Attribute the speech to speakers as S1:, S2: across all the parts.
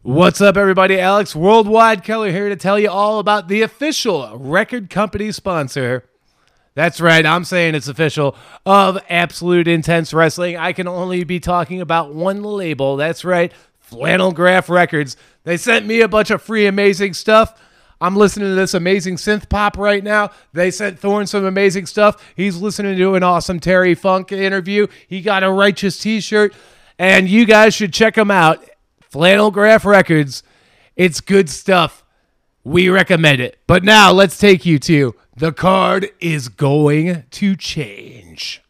S1: What's up, everybody? Alex Worldwide Keller here to tell you all about the official record company sponsor. That's right, I'm saying it's official of Absolute Intense Wrestling. I can only be talking about one label. That's right, Flannel Graph Records. They sent me a bunch of free, amazing stuff. I'm listening to this amazing synth pop right now. They sent Thorn some amazing stuff. He's listening to an awesome Terry Funk interview. He got a righteous t shirt, and you guys should check him out. Flannel Graph Records. It's good stuff. We recommend it. But now let's take you to the card is going to change.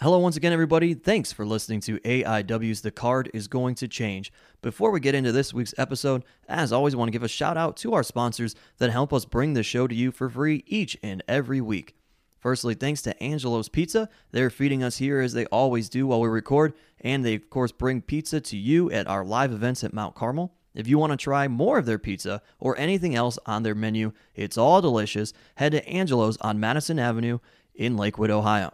S2: Hello, once again, everybody. Thanks for listening to AIW's The Card is Going to Change. Before we get into this week's episode, as always, I want to give a shout out to our sponsors that help us bring the show to you for free each and every week. Firstly, thanks to Angelo's Pizza. They're feeding us here as they always do while we record, and they, of course, bring pizza to you at our live events at Mount Carmel. If you want to try more of their pizza or anything else on their menu, it's all delicious. Head to Angelo's on Madison Avenue in Lakewood, Ohio.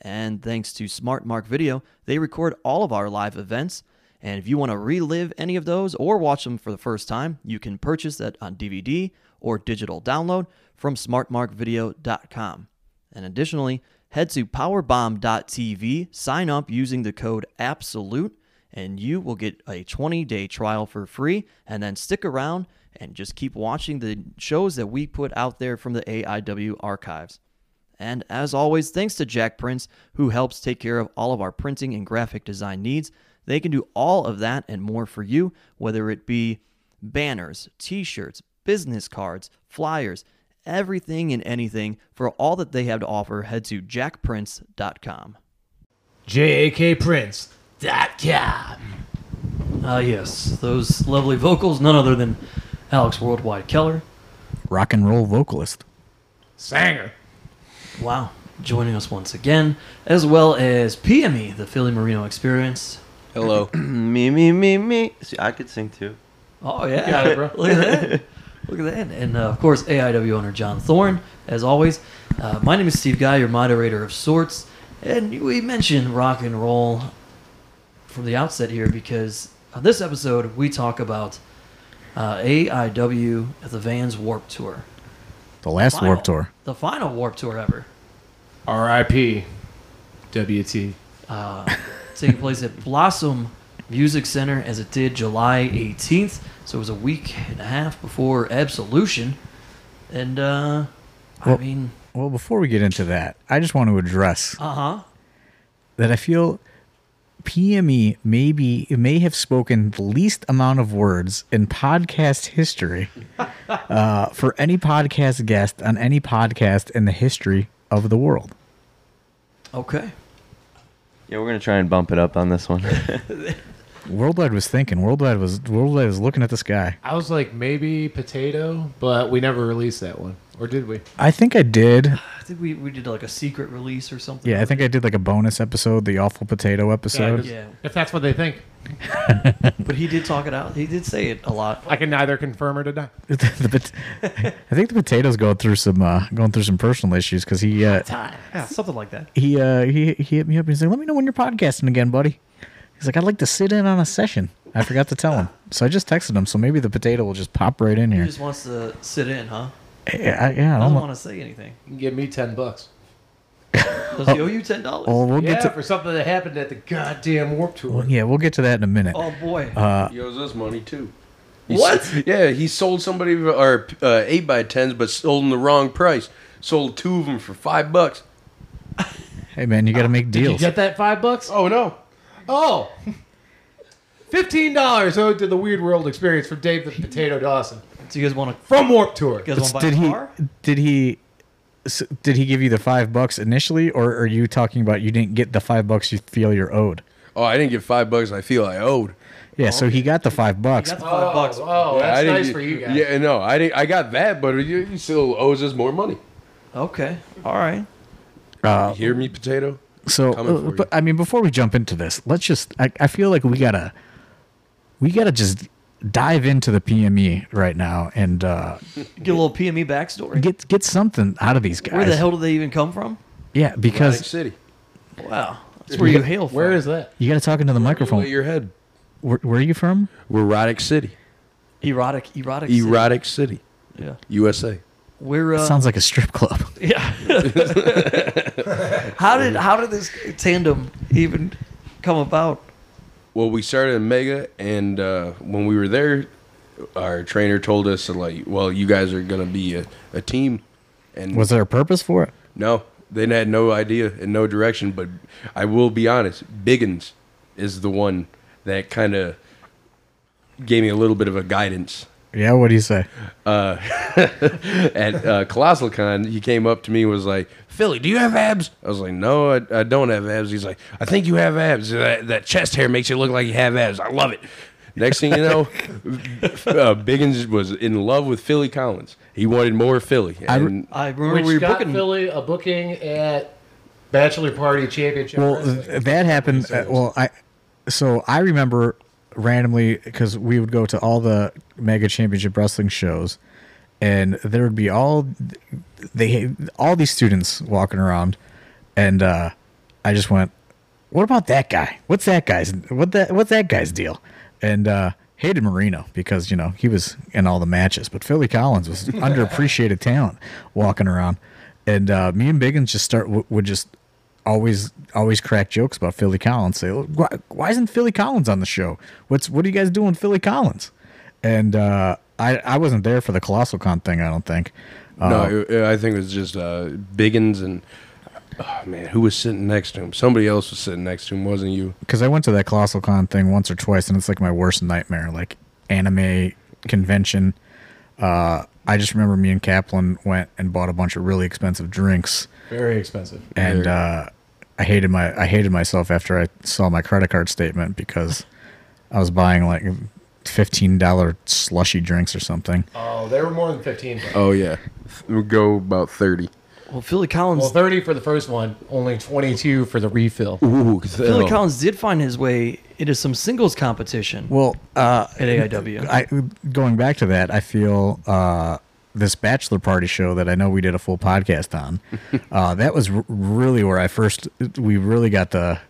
S2: And thanks to Smart Mark Video, they record all of our live events. And if you want to relive any of those or watch them for the first time, you can purchase that on DVD or digital download from smartmarkvideo.com. And additionally, head to powerbomb.tv, sign up using the code ABSOLUTE, E, and you will get a 20 day trial for free. And then stick around and just keep watching the shows that we put out there from the AIW archives. And as always, thanks to Jack Prince, who helps take care of all of our printing and graphic design needs. They can do all of that and more for you, whether it be banners, t shirts, business cards, flyers, everything and anything. For all that they have to offer, head to jackprince.com.
S1: jakprince.com.
S2: Ah, yes, those lovely vocals, none other than Alex Worldwide Keller.
S3: rock and roll vocalist.
S1: Sanger.
S2: Wow, joining us once again, as well as PME, the Philly Marino Experience.
S4: Hello. me, me, me, me. See, I could sing too.
S2: Oh yeah, look at that! Look at that! And uh, of course, AIW owner John Thorne, as always. Uh, my name is Steve Guy, your moderator of sorts, and we mentioned rock and roll from the outset here because on this episode we talk about uh, AIW at the Vans Warp Tour.
S3: The last
S2: Final-
S3: Warp Tour.
S2: The final Warp Tour ever,
S1: RIP. WT.
S2: taking place at Blossom Music Center as it did July 18th. So it was a week and a half before Absolution, and uh, I
S3: Well-
S2: mean.
S3: Well, before we get into that, I just want to address
S2: Uh huh.
S3: that I feel PME maybe may have spoken the least amount of words in podcast history uh, for any podcast guest on any podcast in the history of the world.
S2: Okay.
S4: Yeah, we're gonna try and bump it up on this one.
S3: Worldwide was thinking. Worldwide was Worldwide was looking at the sky.
S1: I was like, maybe potato, but we never released that one. Or did we?
S3: I think I did.
S2: I think we, we did like a secret release or something.
S3: Yeah, I think I did like a bonus episode, the awful potato episode.
S2: Yeah.
S1: If that's what they think,
S2: But he did talk it out. He did say it a lot.
S1: I can neither confirm or deny.
S3: the pot- I think the potatoes going through some uh, going through some personal issues because he uh,
S2: Yeah, something like that.
S3: he uh, he he hit me up and he's like, "Let me know when you're podcasting again, buddy." He's like, "I'd like to sit in on a session." I forgot to tell him, so I just texted him. So maybe the potato will just pop right in
S2: He
S3: here.
S2: just wants to sit in, huh?
S3: yeah, I, yeah, I
S2: I
S3: don't
S2: don't
S3: know.
S2: want to say anything.
S1: Give me 10 bucks.
S2: Does
S3: Oh.
S2: he owe you ten dollars?
S3: Well, we'll
S1: yeah,
S3: get to
S1: for something that happened at the goddamn Warp Tour.
S3: well, yeah, we'll get to that in a minute.
S2: Oh boy.
S3: Uh,
S4: he owes us money too.
S2: What?
S4: yeah, he sold somebody or uh, eight by tens, but sold them the wrong price. Sold two of them for five bucks.
S3: Hey man, you got to make
S1: Ah, You
S3: deals.
S1: get that five bucks? Oh no. Oh. Fifteen dollars owed to the Weird World experience from Dave the Potato Dawson.
S2: Do you guys want to?
S1: From Warp Tour.
S2: You guys want to buy
S3: Did
S2: a
S3: he?
S2: car?
S3: Did he? s did he give you the five bucks initially, or are you talking about you didn't get the five bucks you feel you're owed?
S4: Oh, I didn't get five bucks. I feel I owed.
S3: Yeah, so he got the five bucks.
S2: That's five bucks.
S1: Oh,
S4: I
S1: that's
S4: didn't
S1: nice
S4: get-
S1: for you guys.
S4: Yeah, no, I didn't. I got that, but you, you still owes us more money.
S2: Okay. All right.
S4: You hear me, potato?
S3: So,
S4: Coming
S3: uh,
S4: for
S3: but I mean, before we jump into this, let's just. I, I feel like we gotta, we gotta just dive into the PME right now and uh,
S2: Get a little PME backstory.
S3: get get something out of these guys.
S2: Where the hell do they even come from?
S3: Yeah,
S4: Atlantic
S3: because
S4: City.
S2: Wow. That's where you hail from.
S1: Where is that?
S3: you gotta talk into the
S4: Microphone.
S3: microphone.
S4: your head.
S3: Where, where are you from?
S4: Erotic City.
S2: erotic? Erotic. city.
S4: Erotic City,
S2: Yeah.
S4: USA.
S2: Where? Uh,
S3: Sounds like a strip club.
S2: yeah. how did how did this tandem even come about?
S4: Well, we started in Mega, and uh, when we were there, our trainer told us like, "Well, you guys are gonna be a, a team." And
S3: Was there a purpose for it?
S4: no, they had no idea and no direction. But I will be honest, Biggins is the one that kind of gave me a little bit of a guidance.
S3: Yeah, what do you say?
S4: At uh, ColossalCon, he came up to me and was like, "Philly, do you have abs?" I was like, "No, I, I don't have abs." He's like, "I think you have abs. That, that chest hair makes you look like you have abs. I love it." Next thing you know, uh, Biggins was in love with Philly Collins. He wanted more Philly. And
S2: I remember
S1: Which
S2: we were
S1: got
S2: booking.
S1: Philly a booking at Bachelor Party Championship.
S3: Well,
S1: Wrestling.
S3: th- that happened. uh, well, I so I remember randomly because we would go to all the mega championship wrestling shows, and there would be all they all these students walking around, and uh, I just went, "What about that guy? What's that guy's what that what's that guy's deal?" And uh, hated Marino because you know he was in all the matches, but Philly Collins was underappreciated talent walking around, and uh, me and Biggins just start w- would just always always crack jokes about Philly Collins. Say, "Look, why, why isn't Philly Collins on the show? What's what are you guys doing, with Philly Collins? And uh, I I wasn't there for the Colossal Con thing. I don't think. Uh,
S2: Oh.
S4: No, it- I think it was just uh, Biggins and oh man, who was sitting next to him? Somebody else was sitting next to him, wasn't you?
S3: because I went to that Colossal Con thing once or twice, and it's like my worst nightmare. Like anime convention. Uh, I just remember me and Kaplan went and bought a bunch of really expensive drinks,
S1: Very expensive.
S3: and uh, I hated my I hated myself after I saw my credit card statement because I was buying like fifteen dollar slushy drinks or something.
S1: Oh, they were more than fifteen. bucks.
S4: Oh yeah, we go about thirty.
S2: Well, Philly Collins.
S1: Well, thirty for the first one, only twenty-two for the refill.
S4: Ooh, oh.
S2: Philly Collins did find his way into some singles competition
S3: Well, uh,
S2: at AIW.
S3: I going back to that, I feel uh, this bachelor party show that I know we did a full podcast on. uh, that was r- really where I first we really got the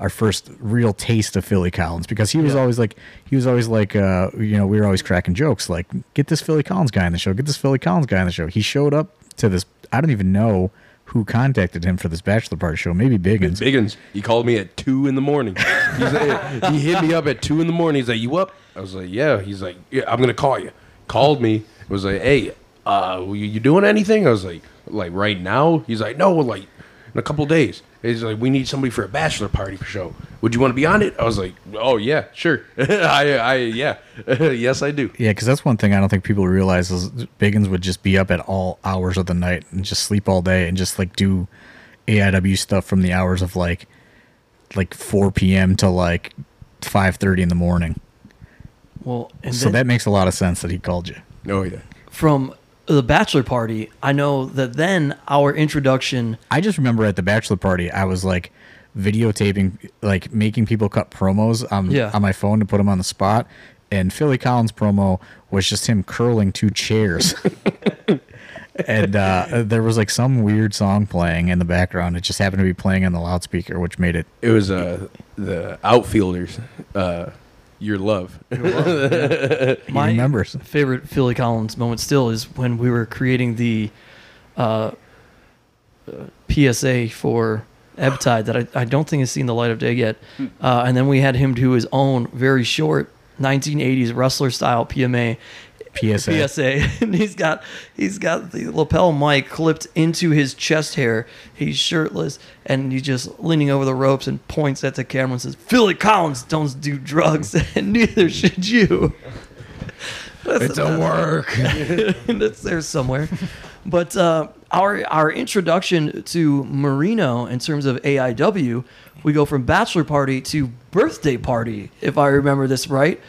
S3: our first real taste of Philly Collins because he was always like he was always like uh, you know we were always cracking jokes like get this Philly Collins guy in the show, get this Philly Collins guy in the show. He showed up to this. I don't even know who contacted him for this bachelor party show. Maybe Biggins.
S4: Biggins, he called me at two in the morning. He's like, he hit me up at two in the morning. He's like, "You up?" I was like, "Yeah." He's like, "Yeah, I'm gonna call you." Called me. Was like, "Hey, uh, you, you doing anything?" I was like, "Like right now?" He's like, "No, like in a couple days." He's like, "We need somebody for a bachelor party show. Would you want to be on it?" I was like, "Oh yeah, sure. I, I, yeah, yes, I do."
S3: Yeah, because that's one thing I don't think people realize is Biggins would just be up at all hours of the night and just sleep all day and just like do AIW stuff from the hours of like like 4 p.m. to like 5:30 in the morning.
S2: Well, and
S3: So
S2: then
S3: that makes a lot of sense that he called you.
S4: Oh yeah.
S2: from the bachelor party, I know that then our introduction.
S3: I just remember at the bachelor party, I was like videotaping, like making people cut promos on
S2: Yeah.
S3: on my phone to put them on the spot. And Philly Collins promo was just him curling two chairs. and uh, there was like some weird song playing in the background. It just happened to be playing on the loudspeaker, which made it.
S4: It was uh, the outfielders. Uh, your love.
S2: My
S3: remembers.
S2: favorite Philly Collins moment still is when we were creating the uh, uh, PSA for Ebb Tide that I, I don't think has seen the light of day yet. Uh, and then we had him do his own very short 1980s wrestler style PMA.
S3: PSA.
S2: PSA, and he's got he's got the lapel mic clipped into his chest hair. He's shirtless, and he's just leaning over the ropes and points at the camera and says, "Philly Collins don't do drugs, and neither should you." That's
S4: It's a work.
S2: that's there somewhere. But uh, our our introduction to Marino in terms of AIW, we go from bachelor party to birthday party, if I remember this right,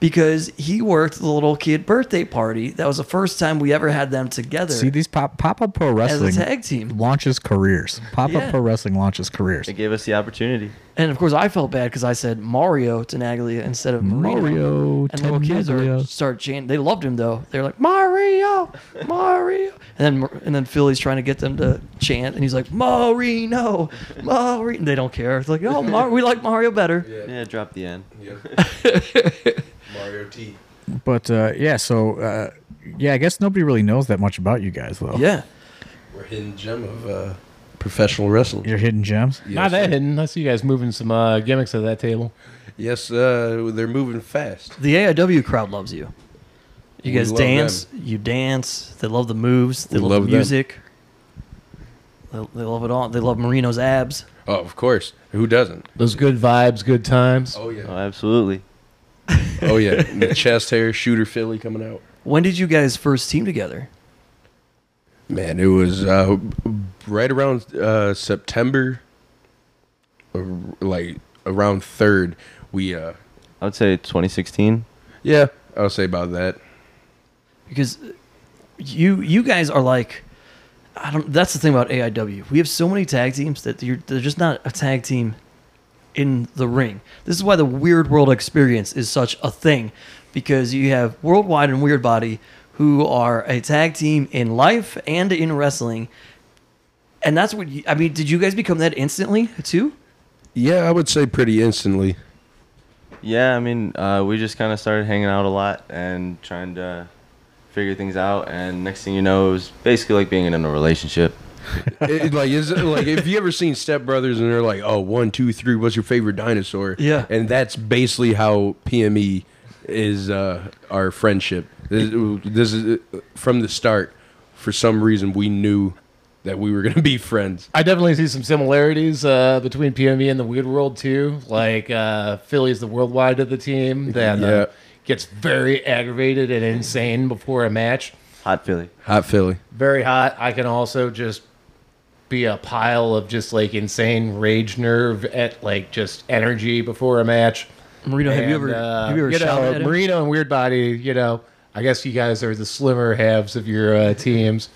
S2: because he worked the little kid birthday party. That was the first time we ever had them together.
S3: See these pop pop up pro wrestling
S2: tag team.
S3: launches careers. Pop up
S2: Yeah.
S3: pro wrestling launches careers.
S5: It gave us the opportunity.
S2: and of course, I felt bad because I said Mario Tenaglia instead of Marino.
S3: Mario
S2: And little kids are,
S3: Tenaglia.
S2: start chanting. They loved him though. They're like Mario, Mario, and then and then Philly's trying to get them to chant, and he's like Marino, Mario. They don't care. It's like oh, Mar- we like Mario better.
S5: Yeah, drop the end.
S4: Mario T.
S3: But uh, yeah, so uh, yeah, I guess nobody really knows that much about you guys though.
S2: Yeah.
S4: We're hidden gem of uh, professional wrestling.
S3: Your hidden gems.
S1: Not that hidden. I see you guys moving some uh, gimmicks at that table.
S4: Yes, uh, they're moving fast.
S2: The AIW crowd loves you. You
S4: We
S2: guys
S4: love them.
S2: dance. You dance. They love the moves. They
S4: We
S2: love,
S4: love
S2: the
S4: them.
S2: music. They, they love it all. They love Marino's abs.
S4: Oh, of course. Who doesn't?
S1: Those good vibes, good times.
S4: Oh
S5: Oh,
S4: yeah.
S5: absolutely.
S4: Oh yeah. And the chest hair shooter Philly coming out.
S2: When did you guys first team together?
S4: Man, it was uh, right around uh, September, or like around third. We uh,
S5: I would say 2016.
S4: yeah, I'll say about that.
S2: because you you guys are like I don't that's the thing about AIW. We have so many tag teams that you're they're just not a tag team in the ring. This is why the Weird World Experience is such a thing because you have Worldwide and Weird Body who are a tag team in life and in wrestling. And that's what you, I mean, did you guys become that instantly too?
S4: Yeah, I would say pretty instantly.
S5: Yeah, I mean, uh, we just kind of started hanging out a lot and trying to figure things out. And next thing you know, it was basically like being in a relationship.
S4: It- like is like if you ever seen Step Brothers and they're like, oh one two three, what's your favorite dinosaur?
S2: Yeah.
S4: and that's basically how PME is uh, our friendship. This, this is from the start. For some reason, we knew that we were gonna be friends.
S1: I definitely see some similarities uh, between PME and the Weird World too. Like uh, Philly's the worldwide of the team that
S4: Yeah.
S1: uh, gets very aggravated and insane before a match.
S5: Hot Philly.
S4: Hot Philly.
S1: Very hot. I can also just be a pile of just like insane rage nerve at like just energy before a match.
S2: Marino, have
S1: And,
S2: you ever
S1: uh,
S2: have you ever
S1: know,
S2: shouted at him?
S1: Marino and Weird Body? You know, I guess you guys are the slimmer halves of your uh, teams,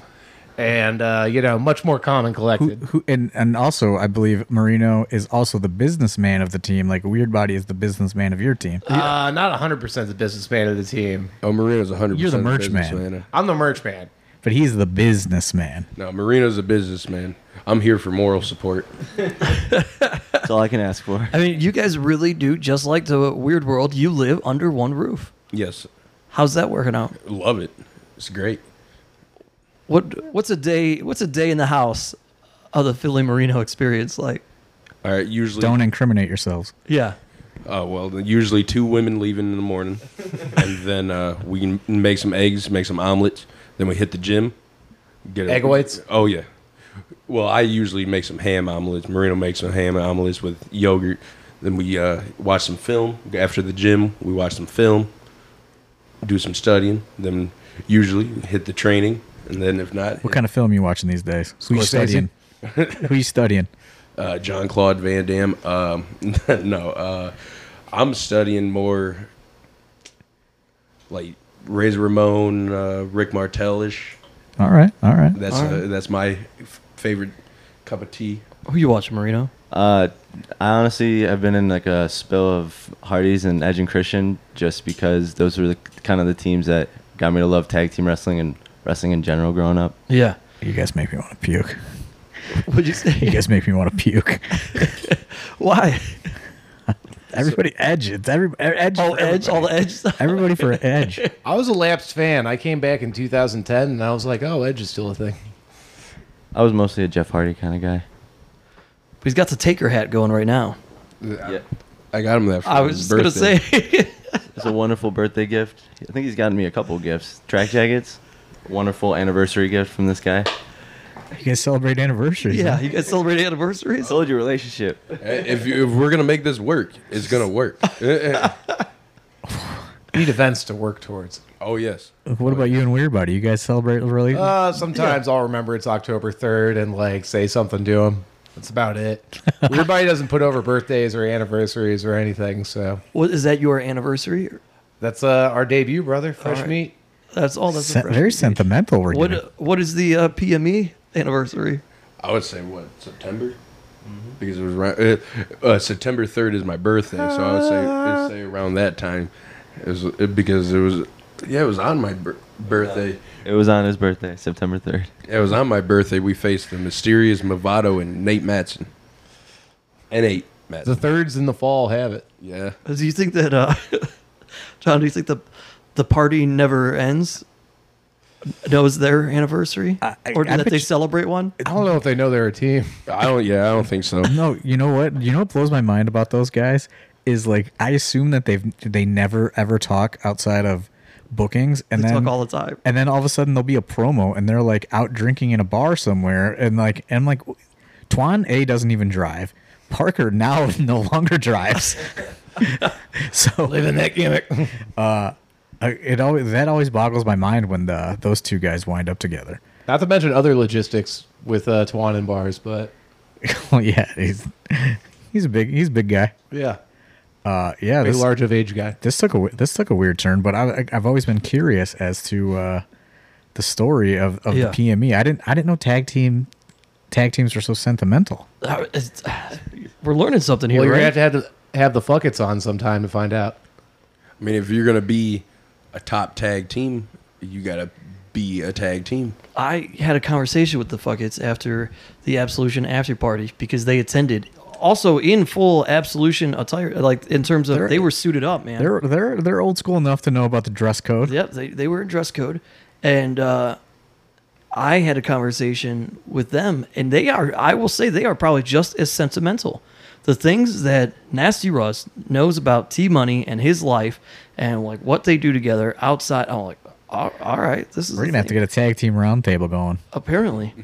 S1: and uh, you know, much more calm and
S3: Who,
S1: collected.
S3: who and and also I believe Marino is also the businessman of the team. Like Weird Body is the businessman of your team.
S1: Uh, not 100 percent the businessman of the team.
S4: Oh, Marino's 100%.
S3: You're the
S4: a
S3: merch
S4: businessman.
S1: I'm the merch man.
S3: But he's the businessman.
S4: No, Marino's a businessman. I'm here for moral support.
S5: That's all I can ask for.
S2: I mean, you guys really do just like the Weird World. You live under one roof.
S4: Yes,
S2: How's that working out?
S4: love it. It's great.
S2: What what's a day what's a day in the house of the Philly Marino experience like?
S4: All right, usually.
S3: Don't incriminate yourselves.
S2: Yeah.
S4: Oh well, then usually two women leaving in the morning, and then uh, we can make some eggs, make some omelets. Then we hit the gym. Get a-
S1: Egg whites?
S4: Oh yeah. Well, I usually make some ham omelets. Marino makes some ham omelets with yogurt. Then we uh, watch some film after the gym. We watch some film, do some studying. Then usually hit the training, and then if not,
S3: What kind of film you watching these days? Who you
S1: Scorsese?
S3: studying? Who you studying?
S4: uh, John Claude Van Damme. Um, no, uh, I'm studying more like Razor Ramon, uh, Rick Martel ish.
S3: All right, all right.
S4: That's uh, that's my f- favorite cup of tea.
S2: Who you watching, Marino?
S5: Uh, I honestly have been in like a spill of Hardys and Edge and Christian just because those were the kind of the teams that got me to love tag team wrestling and wrestling in general growing up.
S2: Yeah.
S3: You guys make me want to puke.
S2: What'd you
S3: You
S2: say?
S3: guys make me want to puke.
S2: Why?
S3: Everybody edge. It's every e, edge.
S2: All edge, all the edge stuff.
S3: Everybody for an edge.
S1: I was a lapsed fan. I came back in 2010, and I was like, "Oh, Edge is still a thing."
S5: I was mostly a Jeff Hardy kind of guy.
S2: He's got the taker hat going right now.
S5: Yeah.
S4: I got him that. For
S2: I was just gonna
S4: birthday.
S2: say
S5: It's a wonderful birthday gift. I think he's gotten me a couple gifts. Track jackets, wonderful anniversary gift from this guy.
S3: You guys celebrate anniversaries.
S2: Yeah,
S3: huh?
S2: you guys celebrate anniversaries?
S5: Sold your relationship.
S4: Uh, if, you, if we're gonna make this work, it's gonna work. Uh, uh,
S1: need events to work towards.
S4: Oh yes.
S3: What about you and Weird Buddy? You guys celebrate really?
S1: Uh, sometimes I'll remember it's October 3rd and like say something to him. That's about it. Everybody doesn't put over birthdays or anniversaries or anything. So
S2: What is that your anniversary?
S1: that's uh, our debut, brother. Fresh
S2: right.
S1: meat.
S2: That's all. That's
S3: Sen- very sentimental. We're
S2: What
S3: getting.
S2: What is the uh, PME anniversary?
S4: I would say what September, because it was around, uh, uh, September third is my birthday, so I would say, I'd say around that time, it was it, because it was yeah it was on my bir- birthday.
S5: It was on his birthday, September 3rd.
S4: It was on my birthday. We faced the mysterious Movado and Nate Matson, and eight
S1: The
S4: Matson.
S1: thirds in the fall have it.
S4: yeah,
S2: Do you think that uh, John? Do you think the the party never ends? Knows their anniversary,
S3: I- I-
S2: or
S3: I
S2: that
S3: bet
S2: they
S3: you-
S2: celebrate one?
S1: I don't know if they know they're a team.
S4: I don't. Yeah, I don't think so.
S3: No, you know what? You know what blows my mind about those guys is like I assume that they've they never ever talk outside of bookings, and
S2: They
S3: then
S2: talk all the time.
S3: and then all of a sudden there'll be a promo, and they're like out drinking in a bar somewhere, and like and I'm like, Twan A doesn't even drive. Parker now no longer drives. so
S1: Living that gimmick.
S3: I- it always that always boggles my mind when the those two guys wind up together.
S1: Not to mention other logistics with uh, Tuan and bars, but
S3: oh yeah, he's he's a big he's a big guy.
S1: yeah,
S3: Uh, yeah,
S1: big
S3: this-
S1: large of age guy.
S3: this took a w- this took a weird turn, but I, I've always been curious as to uh, the story of, of
S2: Yeah.
S3: the PME. I didn't I didn't know tag team tag teams were so sentimental.
S2: Uh, it's- We're learning something here,
S1: Well, you're
S2: right?
S1: gonna have to have, to have the fuckets on sometime to find out.
S4: I mean, if you're gonna be a top tag team, you gotta be a tag team.
S2: I had a conversation with the fuckets after the Absolution after party because they attended. Also in full Absolution attire, like in terms of they were suited up, man.
S3: They're they're they're old school enough to know about the dress code.
S2: Yep, they, they were in dress code. And uh, I had a conversation with them, and they are, I will say, they are probably just as sentimental. The things that Nasty Russ knows about T Money and his life and like what they do together outside, I'm like, all, all right, this is.
S3: We're gonna have to get a tag team roundtable going.
S2: Apparently.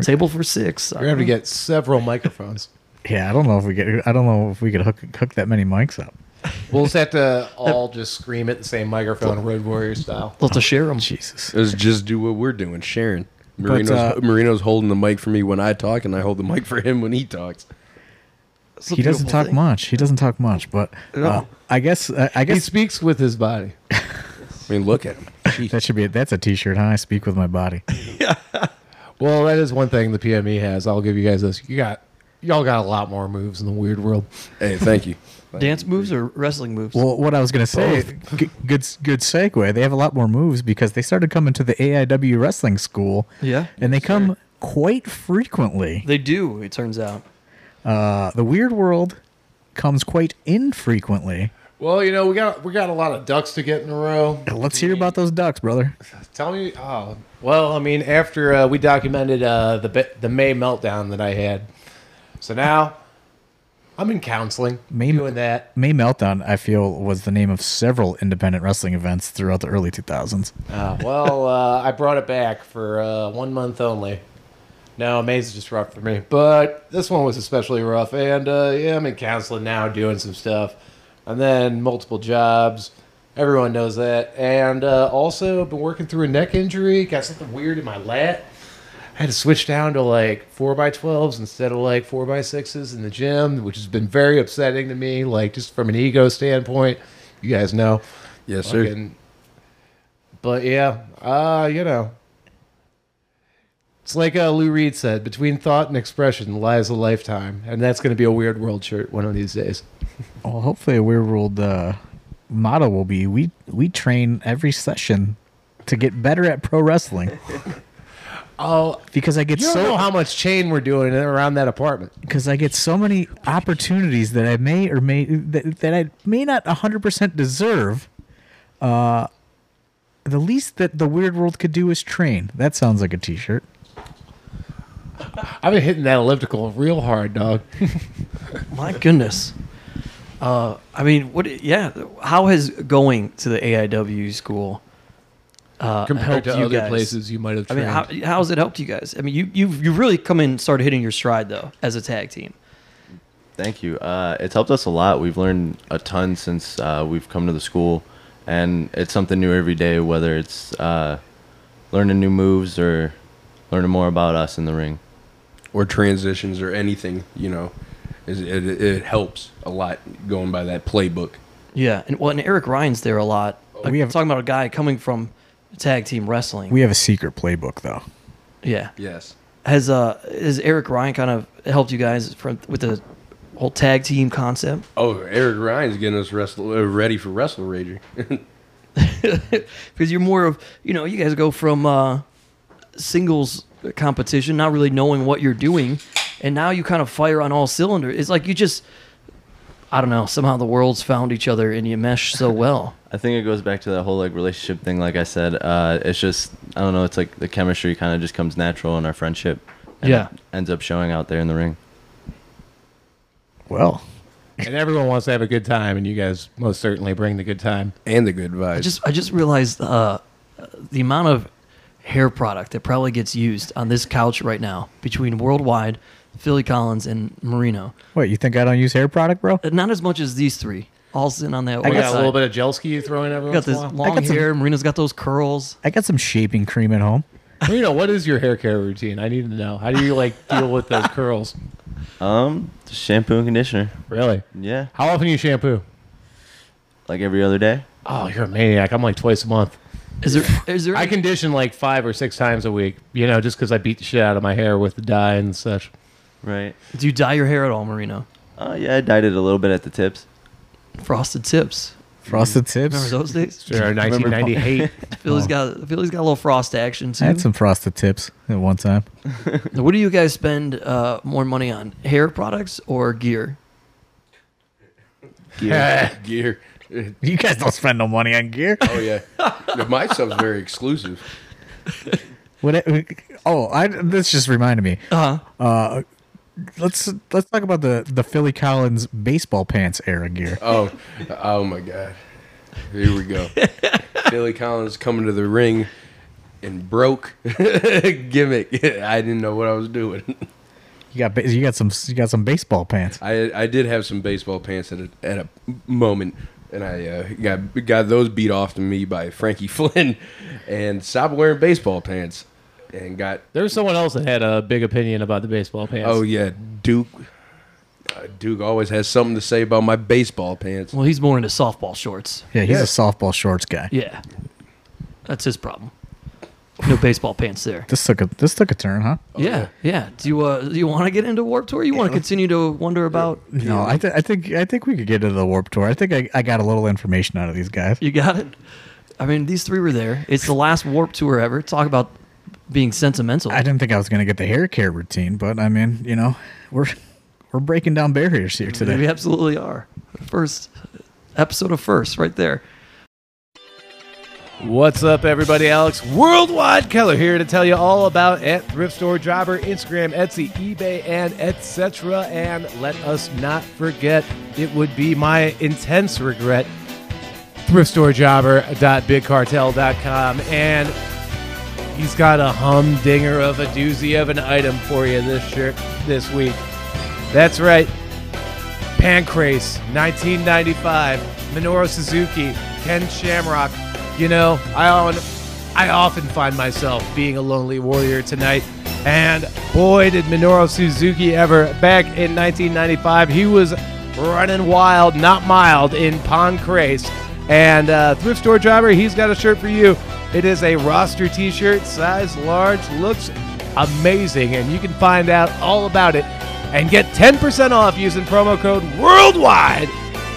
S2: Table for six.
S1: You're gonna have to get several microphones.
S3: Yeah, I don't know if we get I don't know if we could hook hook that many mics up.
S1: We'll just have to all just scream at the same microphone, Road Warrior style.
S2: Let's share them.
S3: Jesus,
S4: Let's just do what we're doing, Sharon. Marino's,
S3: uh,
S4: Marino's holding the mic for me when I talk, and I hold the mic for him when he talks.
S3: he doesn't talk much. He doesn't talk much, but uh,
S2: No.
S3: I guess I, I
S1: He
S3: guess
S1: speaks with his body.
S4: I mean, look at him. Jeez.
S3: that should be that's a T-shirt. Huh? I speak with my body.
S1: Well, that is one thing the PME has. I'll give you guys this. You got y'all got a lot more moves in the weird world.
S4: hey, thank you.
S2: Dance moves or wrestling moves?
S3: Well, what I was gonna say, g- good good segue. They have a lot more moves because they started coming to the AIW wrestling school.
S2: Yeah.
S3: and they come quite frequently.
S2: they do, it turns out.
S3: Uh, the Weird World comes quite infrequently.
S1: Well, you know we got we got a lot of ducks to get in a row.
S3: Let's hear about those ducks, brother.
S1: Tell me, oh, well, I mean, after uh, we documented uh, the ba- the May meltdown that I had, so now I'm in counseling,
S3: May-
S1: doing that.
S3: May Meltdown, I feel, was the name of several independent wrestling events throughout the early 2000s.
S1: Uh, well, uh, I brought it back for uh, one month only. No, May's just rough for me, but this one was especially rough, and uh, yeah, I'm in counseling now, doing some stuff, and then multiple jobs. Everyone knows that, and uh, also been working through a neck injury. Got something weird in my lat. I had to switch down to like four by twelves instead of like four by sixes in the gym, which has been very upsetting to me. Like just from an ego standpoint, you guys know.
S4: Yes, sir.
S1: Fucking- But yeah, uh, you know, it's like uh, Lou Reed said: between thought and expression lies a lifetime, and that's going to be a weird world shirt one of these days.
S3: Well, hopefully, a Weird World uh, motto will be we we train every session to get better at pro wrestling
S1: Oh,
S3: because I get
S1: you don't
S3: so
S1: know how much chain we're doing around that apartment.
S3: because I get so many opportunities that I may or may that, that I may not 100% deserve. Uh, the least that the weird world could do is train. That sounds like a t-shirt.
S1: I've been hitting that elliptical real hard, dog.
S2: My goodness. Uh, I mean, what? Yeah, how has going to the AIW school? Uh,
S1: Compared
S2: helped
S1: to
S2: you
S1: other
S2: guys?
S1: places you might have
S2: I
S1: trained.
S2: mean, how, how has it helped you guys? I mean, you you've you really come in and started hitting your stride though as a tag team.
S5: Thank you. Uh, it's helped us a lot. We've learned a ton since uh, we've come to the school, and it's something new every day. Whether it's uh, learning new moves or learning more about us in the ring.
S4: or transitions or anything, you know, is- it, it, it helps a lot going by that playbook.
S2: Yeah, and well, and Eric Ryan's there a lot. Like,
S3: Oh, We have-
S2: talking about a guy coming from tag team wrestling.
S3: We have a secret playbook though.
S2: yeah.
S4: Yes.
S2: Has uh has Eric Ryan kind of helped you guys from with the whole tag team concept?
S4: Oh, Eric Ryan's getting us wrestle, uh, ready for Wrestle Rager.
S2: Because you're more of you know you guys go from uh, singles competition, not really knowing what you're doing, and now you kind of fire on all cylinders. It's like you just I don't know somehow the worlds found each other and you mesh so well.
S5: I think it goes back to that whole like relationship thing. Like I said, uh, it's just I don't know. It's like the chemistry kind of just comes natural in our friendship. And
S2: Yeah.
S5: it ends up showing out there in the ring.
S3: Well,
S1: And everyone wants to have a good time, and you guys most certainly bring the good time.
S4: and the good vibes.
S2: I just I just realized uh, the amount of hair product that probably gets used on this couch right now between Worldwide, Philly Collins, and Marino.
S3: what you think I don't use hair product, bro?
S2: Uh, Not as much as these three. All sitting on that.
S3: I
S1: We
S2: one
S1: got
S2: side.
S1: a little bit of gel ski throwing
S2: We
S1: everyone.
S2: got this long
S3: got some-
S2: hair. Marino's got those curls.
S3: I got some shaping cream at home.
S1: Marino, what is your hair care routine? I need to know. How do you like deal with those curls?
S5: Um, just shampoo and conditioner.
S1: Really?
S5: Yeah,
S1: How often do you shampoo?
S5: like every other day.
S1: Oh, you're a maniac. I'm like twice a month.
S2: Is there? Is there?
S1: I condition like five or six times a week, you know, just because I beat the shit out of my hair with the dye and such.
S5: Right.
S2: do you dye your hair at all, Marino?
S5: Uh, yeah, I dyed it a little bit at the tips.
S2: Frosted tips.
S3: Frosted tips.
S2: Remember those days?
S1: Sure, 1998.
S2: Philly's got Philly's got a little frost action too.
S3: I had some frosted tips at one time.
S2: What do you guys spend uh, more money on? Hair products or gear?
S4: gear.
S3: You guys don't spend no money on gear.
S4: Oh yeah. No, My stuff's very exclusive.
S3: What? Oh, I, this just reminded me.
S2: Uh huh.
S3: Let's let's talk about the the Philly Collins baseball pants era gear.
S4: Oh, oh my God. Here we go. Billy Collins coming to the ring and broke gimmick. I didn't know what I was doing.
S3: You got ba- you got some you got some baseball pants.
S4: I I did have some baseball pants at a, at a moment, and I uh, got got those beat off to me by Frankie Flynn, and stopped wearing baseball pants, and got
S1: there was someone else that had a big opinion about the baseball pants.
S4: oh yeah Duke. Uh, Duke always has something to say about my baseball pants.
S2: Well, he's more into softball shorts.
S3: Yeah, he's
S4: Yeah.
S3: a softball shorts guy.
S2: Yeah. That's his problem. No baseball pants there.
S3: This took a this took a turn, huh?
S2: yeah, yeah. Do you uh, do you want to get into Warp Tour? You want to continue to wonder about?
S3: No, I, th- I think I think we could get into the warp tour. I think I, I got a little information out of these guys.
S2: You got it. I mean, these three were there. It's the last Warp Tour ever. Talk about being sentimental.
S3: I didn't think I was gonna get the hair care routine, but I mean, you know, we're we're breaking down barriers here
S2: We
S3: today.
S2: absolutely are. First episode of first, right there.
S1: What's up, everybody? Alex Worldwide Keller here to tell you all about at Thrift Store Jobber, Instagram, Etsy, eBay, and etc. And let us not forget, it would be my intense regret, thriftstoreJobber.bigcartel.com. And he's got a humdinger of a doozy of an item for you this shirt this week. That's right. Pancrase, 1995, Minoru Suzuki, Ken Shamrock. You know, I own, I often find myself being a lonely warrior tonight. And boy, did Minoru Suzuki ever. Back in 1995, he was running wild, not mild, in Pancrase. And uh, thrift store driver, he's got a shirt for you. It is a roster T-shirt, size large, looks amazing, and you can find out all about it and get 10% off using promo code worldwide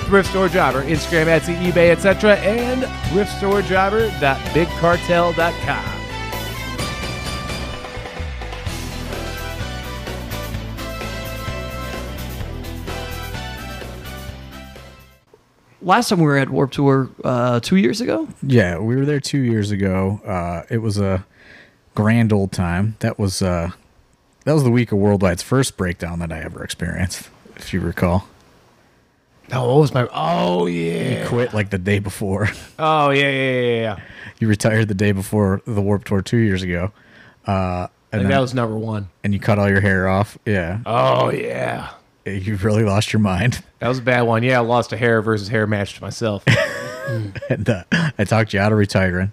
S1: thrift store jobber instagram etsy ebay etc and thriftstoreJobber.bigcartel.com.
S2: Last time we were at Warp Tour uh, two years ago.
S3: Yeah, we were there two years ago. Uh, it was a grand old time. That was uh, that was the week of Worldwide's first breakdown that I ever experienced, if you recall.
S1: oh what was my oh yeah
S3: Quit like the day before.
S1: oh yeah yeah yeah, yeah.
S3: you retired the day before the Warp Tour two years ago, uh,
S1: I
S3: and
S1: think
S3: then,
S1: that was number one.
S3: and you cut all your hair off. Yeah,
S1: Oh yeah
S3: you really lost your mind.
S1: that was a bad one yeah i lost a hair versus hair match to myself
S3: and uh, I talked you out of retiring.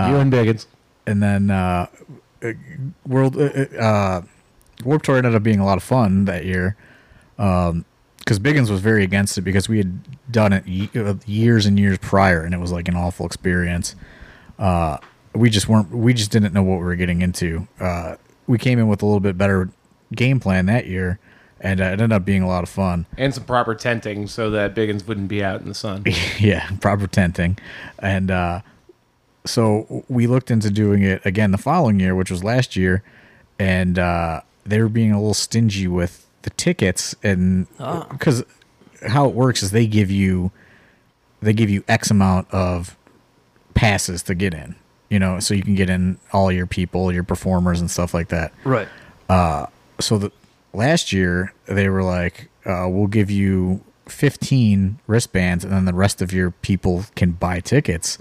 S1: you and Biggins.
S3: and then uh, uh, World uh, uh, Warp Tour ended up being a lot of fun that year. Because Biggins was very against it because we had done it ye- uh, years and years prior, and it was like an awful experience. Uh, we just weren't. We just didn't know what we were getting into. Uh, we came in with a little bit better game plan that year, and uh, it ended up being a lot of fun.
S1: And some proper tenting so that Biggins wouldn't be out in the sun.
S3: yeah, proper tenting. And uh, so we looked into doing it again the following year, which was last year, and uh, they were being a little stingy with the tickets, and because how it works is they give you they give you X amount of passes to get in, you know, so you can get in all your people, your performers, and stuff like that
S2: Right.
S3: so the last year they were like uh, we'll give you 15 wristbands and then the rest of your people can buy tickets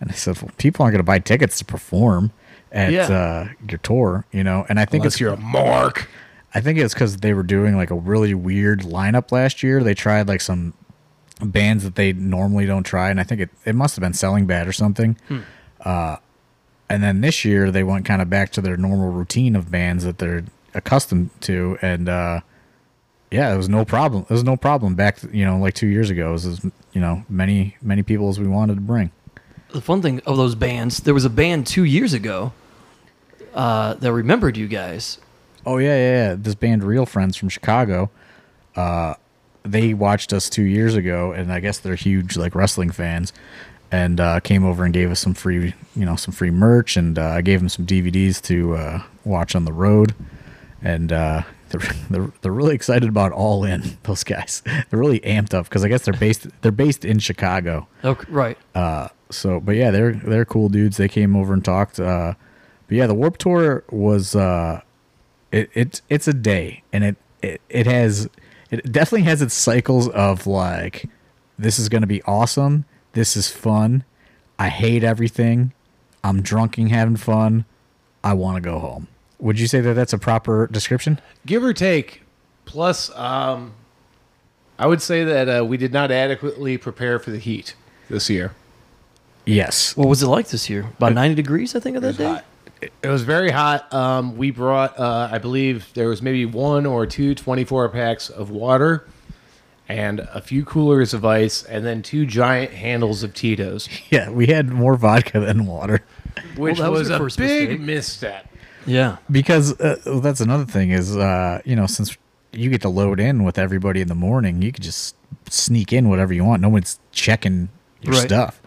S3: and i said well, people aren't going to buy tickets to perform at
S2: Yeah.
S3: uh, your tour you know and i think
S1: Unless
S3: it's
S1: you're a mark.
S3: I think it's because they were doing like a really weird lineup last year. They tried like some bands that they normally don't try, and I think it, it must have been selling bad or something. Uh, and then this year they went kind of back to their normal routine of bands that they're accustomed to, and uh, yeah, it was no problem. It was no problem back, you know, like two years ago. It was as you know many many people as we wanted to bring.
S2: The fun thing of those bands, there was a band two years ago uh, that remembered you guys.
S3: Oh yeah, yeah, yeah. This band Real Friends from Chicago. Uh, they watched us two years ago, and I guess they're huge like wrestling fans, and uh, came over and gave us some free, you know, some free merch, and uh, I gave them some DVDs to uh, watch on the road, and uh, they're, they're they're really excited about All In. Those guys, they're really amped up because I guess they're based they're based in Chicago.
S2: Okay, right.
S3: Uh, so, but yeah, they're they're cool dudes. They came over and talked. Uh, but yeah, the Warp Tour was uh, it, it it's a day, and it it, it has it definitely has its cycles of like this is going to be awesome. This is fun. I hate everything. I'm drunking, having fun. I want to go home. Would you say that that's a proper description?
S1: give or take. Plus, um, I would say that uh, we did not adequately prepare for the heat this year.
S3: Yes.
S2: What was it like this year? About 90 degrees, I think, of that day?
S1: It it was very hot. Um, we brought, uh, I believe, there was maybe one or two 24 packs of water and a few coolers of ice, and then two giant handles of Tito's,
S3: Yeah, we had more vodka than water.
S1: which
S2: that was
S1: was,
S2: your
S1: a
S2: first
S1: big
S2: mistake.
S1: misstep.
S2: Yeah.
S3: because uh, well, that's another thing is uh, you know since you get to load in with everybody in the morning you could just sneak in whatever you want no one's checking your
S2: Right.
S3: stuff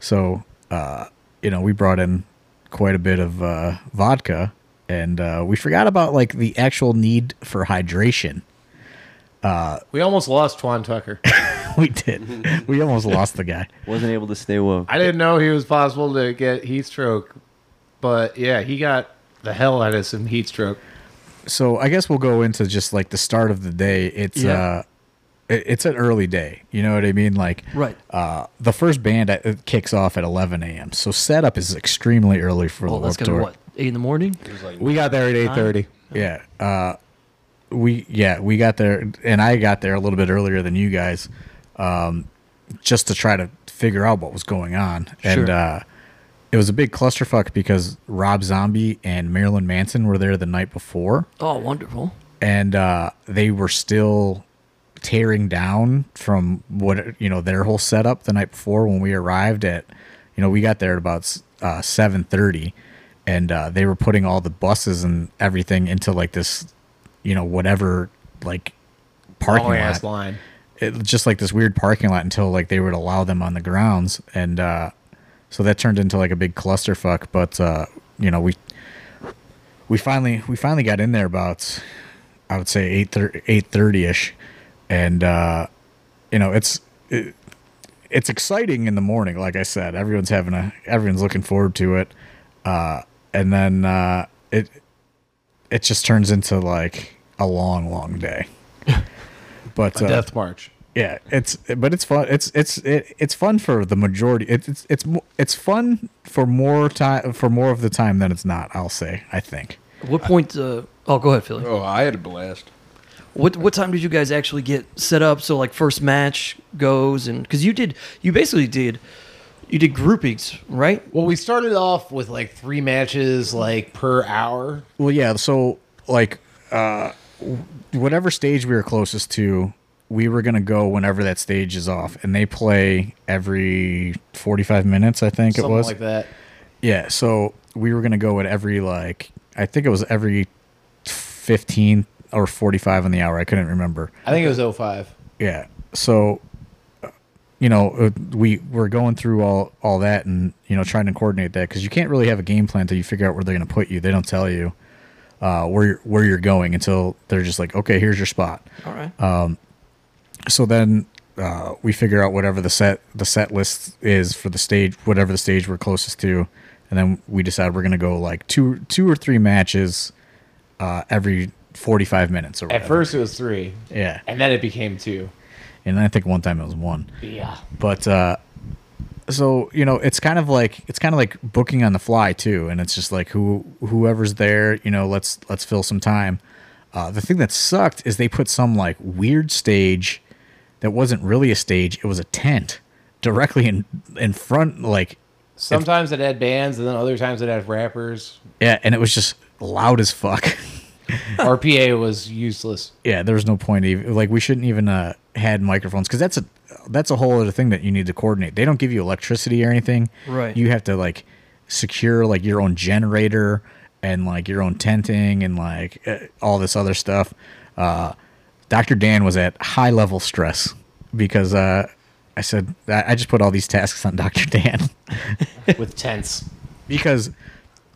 S3: so uh, you know we brought in quite a bit of uh, vodka and uh, we forgot about like the actual need for hydration
S1: We almost lost Twan Tucker.
S3: we
S2: Mm-hmm.
S3: did we almost lost the guy
S5: Wasn't able to stay woke.
S1: I didn't know he was possible to get heat stroke, but yeah, he got the hell out of some heat stroke.
S3: so I guess we'll go into just like the start of the day. It's
S2: Yeah.
S3: uh it- it's an early day. You know what I mean? Like
S2: Right.
S3: Uh, the first band uh, it kicks off at 11 a.m. So setup is extremely early for
S2: Well,
S3: the
S2: Oh, that's
S3: Warped
S2: going to
S3: Tour.
S2: be what? 8 in the morning?
S1: We got there at eight thirty.
S3: Yeah. Uh, we yeah we got there and I got there a little bit earlier than you guys, um, just to try to figure out what was going on. And
S2: Sure.
S3: uh, it was a big clusterfuck because Rob Zombie and Marilyn Manson were there the night before.
S2: Oh, wonderful.
S3: and uh, they were still tearing down from what you know their whole setup the night before when we arrived at you know we got there at about uh, 7.30 and uh, they were putting all the buses and everything into like this you know whatever like parking
S1: Long
S3: lot
S1: ass line.
S3: it, just like this weird parking lot until like they would allow them on the grounds and uh so that turned into like a big clusterfuck but uh you know we we finally we finally got in there about i would say 8 30 ish and uh you know it's it, it's exciting in the morning like i said everyone's having a everyone's looking forward to it uh and then uh it it just turns into like a long long day but uh,
S1: Death March.
S3: yeah, it's but it's fun. It's it's it, it's fun for the majority. It, it's it's mo- it's fun for more time for more of the time than it's not. I'll say. I think.
S2: What point? Uh, oh, go ahead, Philly.
S4: Oh, I had a blast.
S2: What what time did you guys actually get set up? So like first match goes and because you did you basically did you did groupings right?
S1: Well, we started off with like three matches like per hour.
S3: Well, yeah. So, like, uh, w- whatever stage we were closest to, we were gonna go whenever that stage is off, and they play every forty-five minutes. I think
S1: Something
S3: it was.
S1: like that.
S3: Yeah. So we were gonna go at every like I think it was every fifteen or forty-five on the hour. I couldn't remember.
S1: I think it was 05.
S3: Yeah. So, uh, you know, uh, we we're going through all all that and you know trying to coordinate that because you can't really have a game plan until you figure out where they're going to put you. They don't tell you uh, where you're, where you're going until they're just like, okay, here's your spot.
S2: All right.
S3: So then uh, we figure out whatever the set the set list is for the stage, whatever the stage we're closest to, and then we decide we're going to go like two two or three matches uh, every forty five minutes or whatever.
S1: At first, it was three,
S3: yeah,
S1: and then it became two.
S3: and I think one time it was one.
S1: Yeah.
S3: but uh so you know it's kind of like it's kind of like booking on the fly too and it's just like who whoever's there you know let's let's fill some time uh the thing that sucked is they put some like weird stage that wasn't really a stage it was a tent directly in in front like
S1: Sometimes it had bands, and then other times it had rappers.
S3: yeah and it was just loud as fuck
S1: RPA was useless.
S3: yeah there was no point even like we shouldn't even uh had microphones because that's a that's a whole other thing that you need to coordinate they don't give you electricity or anything
S2: Right.
S3: you have to like secure like your own generator and like your own tenting and like uh, all this other stuff uh dr dan was at high level stress because uh i said i I just put all these tasks on dr dan
S1: with tents.
S3: because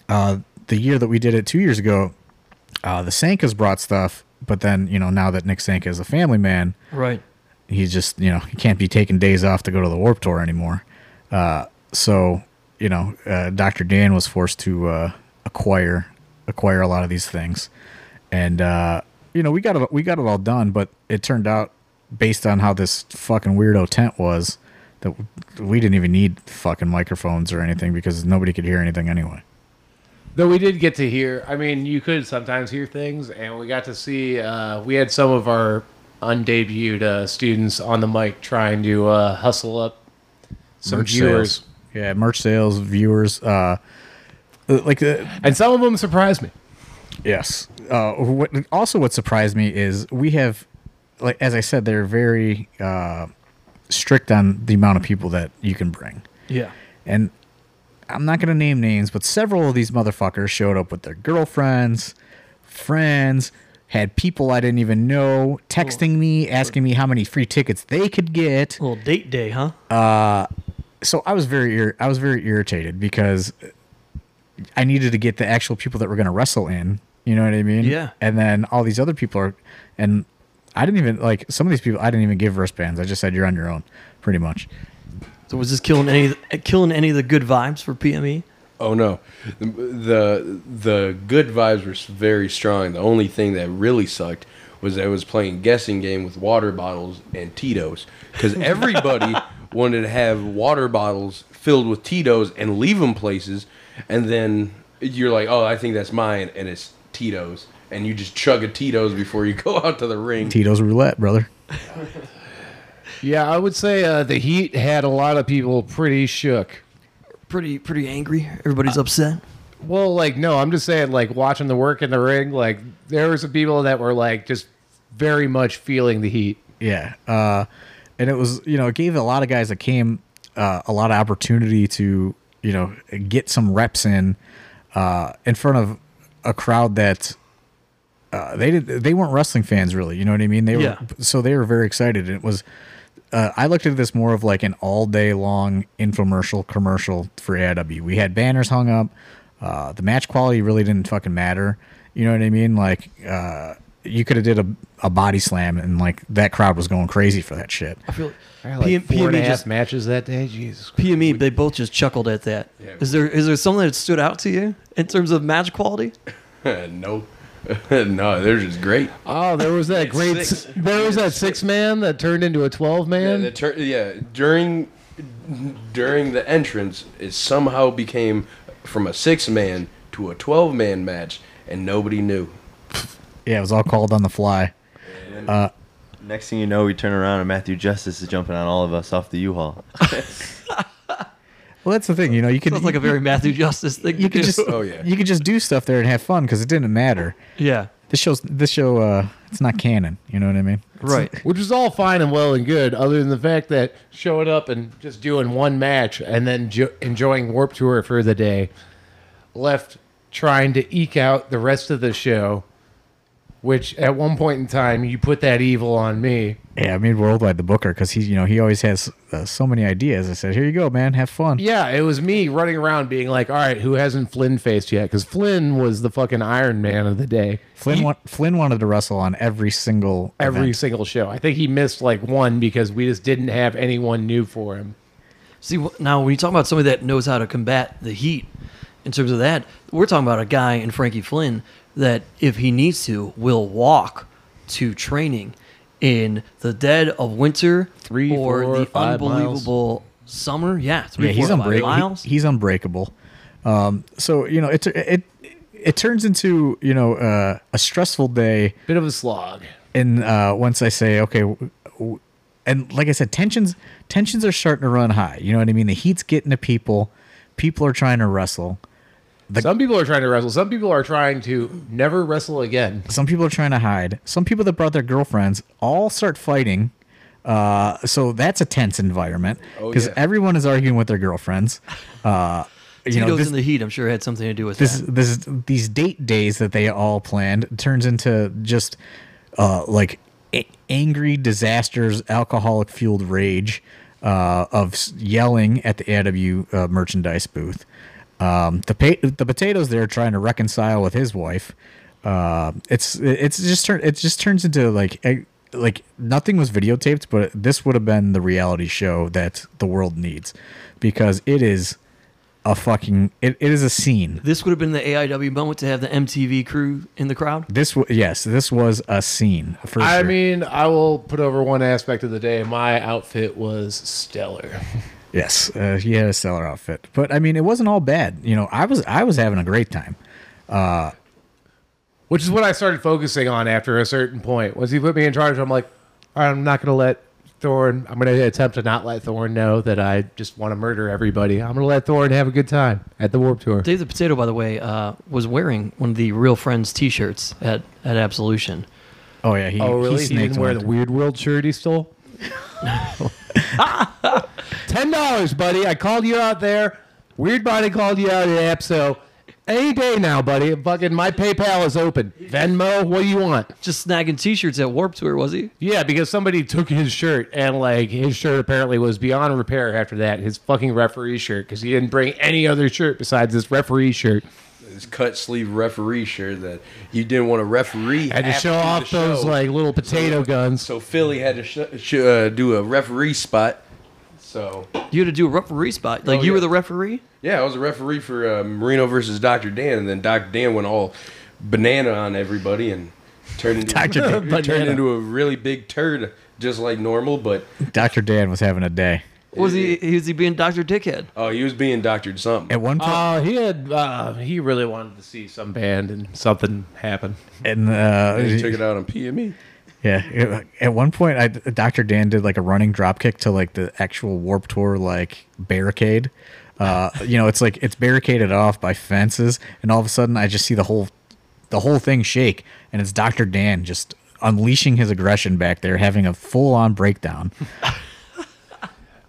S3: uh, the year that we did it two years ago, uh, the Sankas brought stuff, but then you know now that Nick Sanka is a family man,
S2: right.
S3: he just you know he can't be taking days off to go to the Warp Tour anymore. Uh, so you know, uh, Doctor Dan was forced to uh, acquire acquire a lot of these things, and uh, you know we got it we got it all done, but it turned out based on how this fucking weirdo tent was that we didn't even need fucking microphones or anything because nobody could hear anything anyway.
S1: Though we did get to hear, I mean, you could sometimes hear things, and we got to see, uh, we had some of our undebuted uh, students on the mic trying to uh, hustle up some viewers.
S3: sales. Yeah, merch sales, viewers. Uh, like uh,
S1: And some of them surprised me.
S3: Yes. Uh, what, also, what surprised me is we have, like as I said, they're very uh, strict on the amount of people that you can bring,
S2: Yeah.
S3: and I'm not gonna name names, but several of these motherfuckers showed up with their girlfriends, friends, had people I didn't even know texting me, asking me how many free tickets they could get
S2: Little date day, huh?
S3: so I was very ir- I was very irritated because I needed to get the actual people that were going to wrestle in. You know what I mean?
S2: Yeah.
S3: And then all these other people are, and I didn't even like some of these people. I didn't even give wristbands. I just said you're on your own, pretty much.
S2: So was this killing any killing any of the good vibes for E? PME?
S4: Oh no, the the, the good vibes were s- very strong. The only thing that really sucked was that I was playing guessing game with water bottles and Tito's because everybody wanted to have water bottles filled with Tito's and leave them places, and then you're like, oh, I think that's mine, and it's Tito's, and you just chug a Tito's before you go out to the ring.
S3: Tito's roulette, brother.
S1: Yeah, I would say uh, the Heat had a lot of people pretty shook.
S2: Pretty pretty angry. Everybody's upset.
S1: Well, like, no, I'm just saying, like, watching the work in the ring, like, there were some people that were, like, just very much feeling the heat.
S3: Yeah. Uh, and it was, you know, it gave a lot of guys that came uh, a lot of opportunity to, you know, get some reps in uh, in front of a crowd that uh, they did they weren't wrestling fans really. You know what I mean? They were
S2: Yeah.
S3: so they were very excited. It was. Uh, I looked at this more of like an all day long infomercial commercial for AIW. We had banners hung up. Uh, the match quality really didn't fucking matter. You know what I mean? Like, uh, you could have did a, a body slam and like that crowd was going crazy for that shit.
S2: I feel
S1: I had, like,
S2: PM
S1: four and a
S2: PME
S1: half
S2: E just
S1: matches that day. Jesus Christ.
S2: PME E, they both just chuckled at that. Is
S4: Yeah.
S2: there is there something that stood out to you in terms of match quality?
S4: no, no, they're just great.
S1: Oh, there was that great.
S4: six.
S1: There was that six man that turned into a twelve
S4: Yeah,
S1: man.
S4: the tur- yeah, during during the entrance, it somehow became from a six man to a twelve man match, and nobody knew.
S3: Yeah, it was all called on the fly.
S5: Next thing you know, we turn around and Matthew Justice is jumping on all of us off the U-Haul.
S3: Well, that's the thing. You know, you could
S2: Sounds like a very Matthew Justice thing.
S3: you
S2: to
S3: could
S2: do.
S3: just
S4: Oh, yeah.
S3: you could just do stuff there and have fun because it didn't matter.
S2: yeah,
S3: This show's this show uh it's not canon. You know what I mean?
S2: right.
S1: Which is all fine and well and good, other than the fact that showing up and just doing one match and then jo- enjoying Warp Tour for the day left trying to eke out the rest of the show, which at one point in time, you put that evil on me.
S3: Yeah, I mean worldwide the booker because he's you know he always has uh, so many ideas. I said, here you go, man, have fun.
S1: Yeah, it was me running around being like, all right, who hasn't Flynn faced yet? Because Flynn was the fucking Iron Man of the day.
S3: Flynn wa- Flynn wanted to wrestle on every single
S1: Every
S3: event.
S1: single show. I think he missed like one because we just didn't have anyone new for him.
S2: See, wh- now when you talk about somebody that knows how to combat the heat, in terms of that, we're talking about a guy in Frankie Flynn that, if he needs to, will walk to training in the dead of winter
S1: Three,
S2: or
S1: four,
S2: the
S1: five miles.
S2: unbelievable summer. Yeah, three,
S3: yeah, he's
S2: four, five
S3: unbreakable.
S2: miles.
S3: he's unbreakable. Um, so you know it it it turns into you know uh, a stressful day.
S1: Bit of a slog.
S3: and uh, once I say okay, w- w- and like I said, tensions tensions are starting to run high. You know what I mean? The heat's getting to people. People are trying to wrestle.
S1: Some people are trying to wrestle. Some people are trying to never wrestle again.
S3: Some people are trying to hide. Some people that brought their girlfriends all start fighting. Uh, so that's a tense environment
S4: Oh,
S3: because
S4: yeah.
S3: everyone is arguing with their girlfriends. Uh, you know,
S2: Tito's
S3: this,
S2: in the heat, I'm sure, had something to do with
S3: this
S2: that.
S3: this these date days that they all planned turns into just uh like a- angry disasters alcoholic fueled rage uh of s- yelling at the AW uh, merchandise booth um the pa- the potatoes there trying to reconcile with his wife uh it's it's just turn it just turns into like a, like nothing was videotaped but this would have been the reality show that the world needs because it is a fucking it, it is a scene
S2: This would have been the AIW moment to have the MTV crew in the crowd.
S3: This was yes, this was a scene for
S1: I
S3: sure.
S1: mean, I will put over one aspect of the day. My outfit was stellar.
S3: yes, uh, he had a stellar outfit, but I mean, it wasn't all bad. You know, I was I was having a great time.
S1: Which is what I started focusing on after a certain point. Once he put me in charge, I'm like, all right, I'm not going to let Thorn, I'm going to attempt to not let Thorn know that I just want to murder everybody. I'm going to let Thorn have a good time at the Warp Tour.
S2: Dave the Potato, by the way, uh, was wearing one of the Real Friends T-shirts at, at Absolution.
S3: Oh yeah, he,
S1: Oh, really?
S3: He,
S1: He, didn't
S3: snaked
S1: wear
S3: one.
S1: the Weird World shirt he stole? Ten dollars, buddy. I called you out there. Weird Body called you out at Apso. Any day now, buddy. Fucking my PayPal is open. Venmo, what do you want?
S2: Just snagging T-shirts at Warped Tour, was he?
S1: Yeah, because somebody took his shirt and like his shirt apparently was beyond repair after that. His fucking referee shirt because he didn't bring any other shirt besides this referee shirt.
S4: His cut sleeve referee shirt that he didn't want to referee.
S1: Had to
S4: after
S1: show
S4: the
S1: off those
S4: show.
S1: like little potato guns.
S4: So Philly had to sh- sh- uh, do a referee spot. So
S2: You had to do a referee spot. Like
S4: Oh,
S2: you were
S4: yeah.
S2: the referee.
S4: yeah, I was a referee for uh, Marino versus Dr. Dan, and then Dr. Dan went all banana on everybody and turned into,
S3: Dr. Dan.
S4: turned into a really big turd, just like normal. But
S3: Dr. Dan was having a day.
S2: Was he? Was he being Doctor Dickhead?
S4: oh, he was being doctored something.
S3: At one point,
S1: Uh, he had uh, he really wanted to see some band and something happen.
S3: and
S4: and he
S3: uh,
S4: took it out on E. PME.
S3: yeah, it- at one point, I, Dr. Dan did like a running drop kick to like the actual Warp Tour like barricade. Uh, you know, it's like it's barricaded off by fences, and all of a sudden, I just see the whole the whole thing shake, and it's Dr. Dan just unleashing his aggression back there, having a full on breakdown.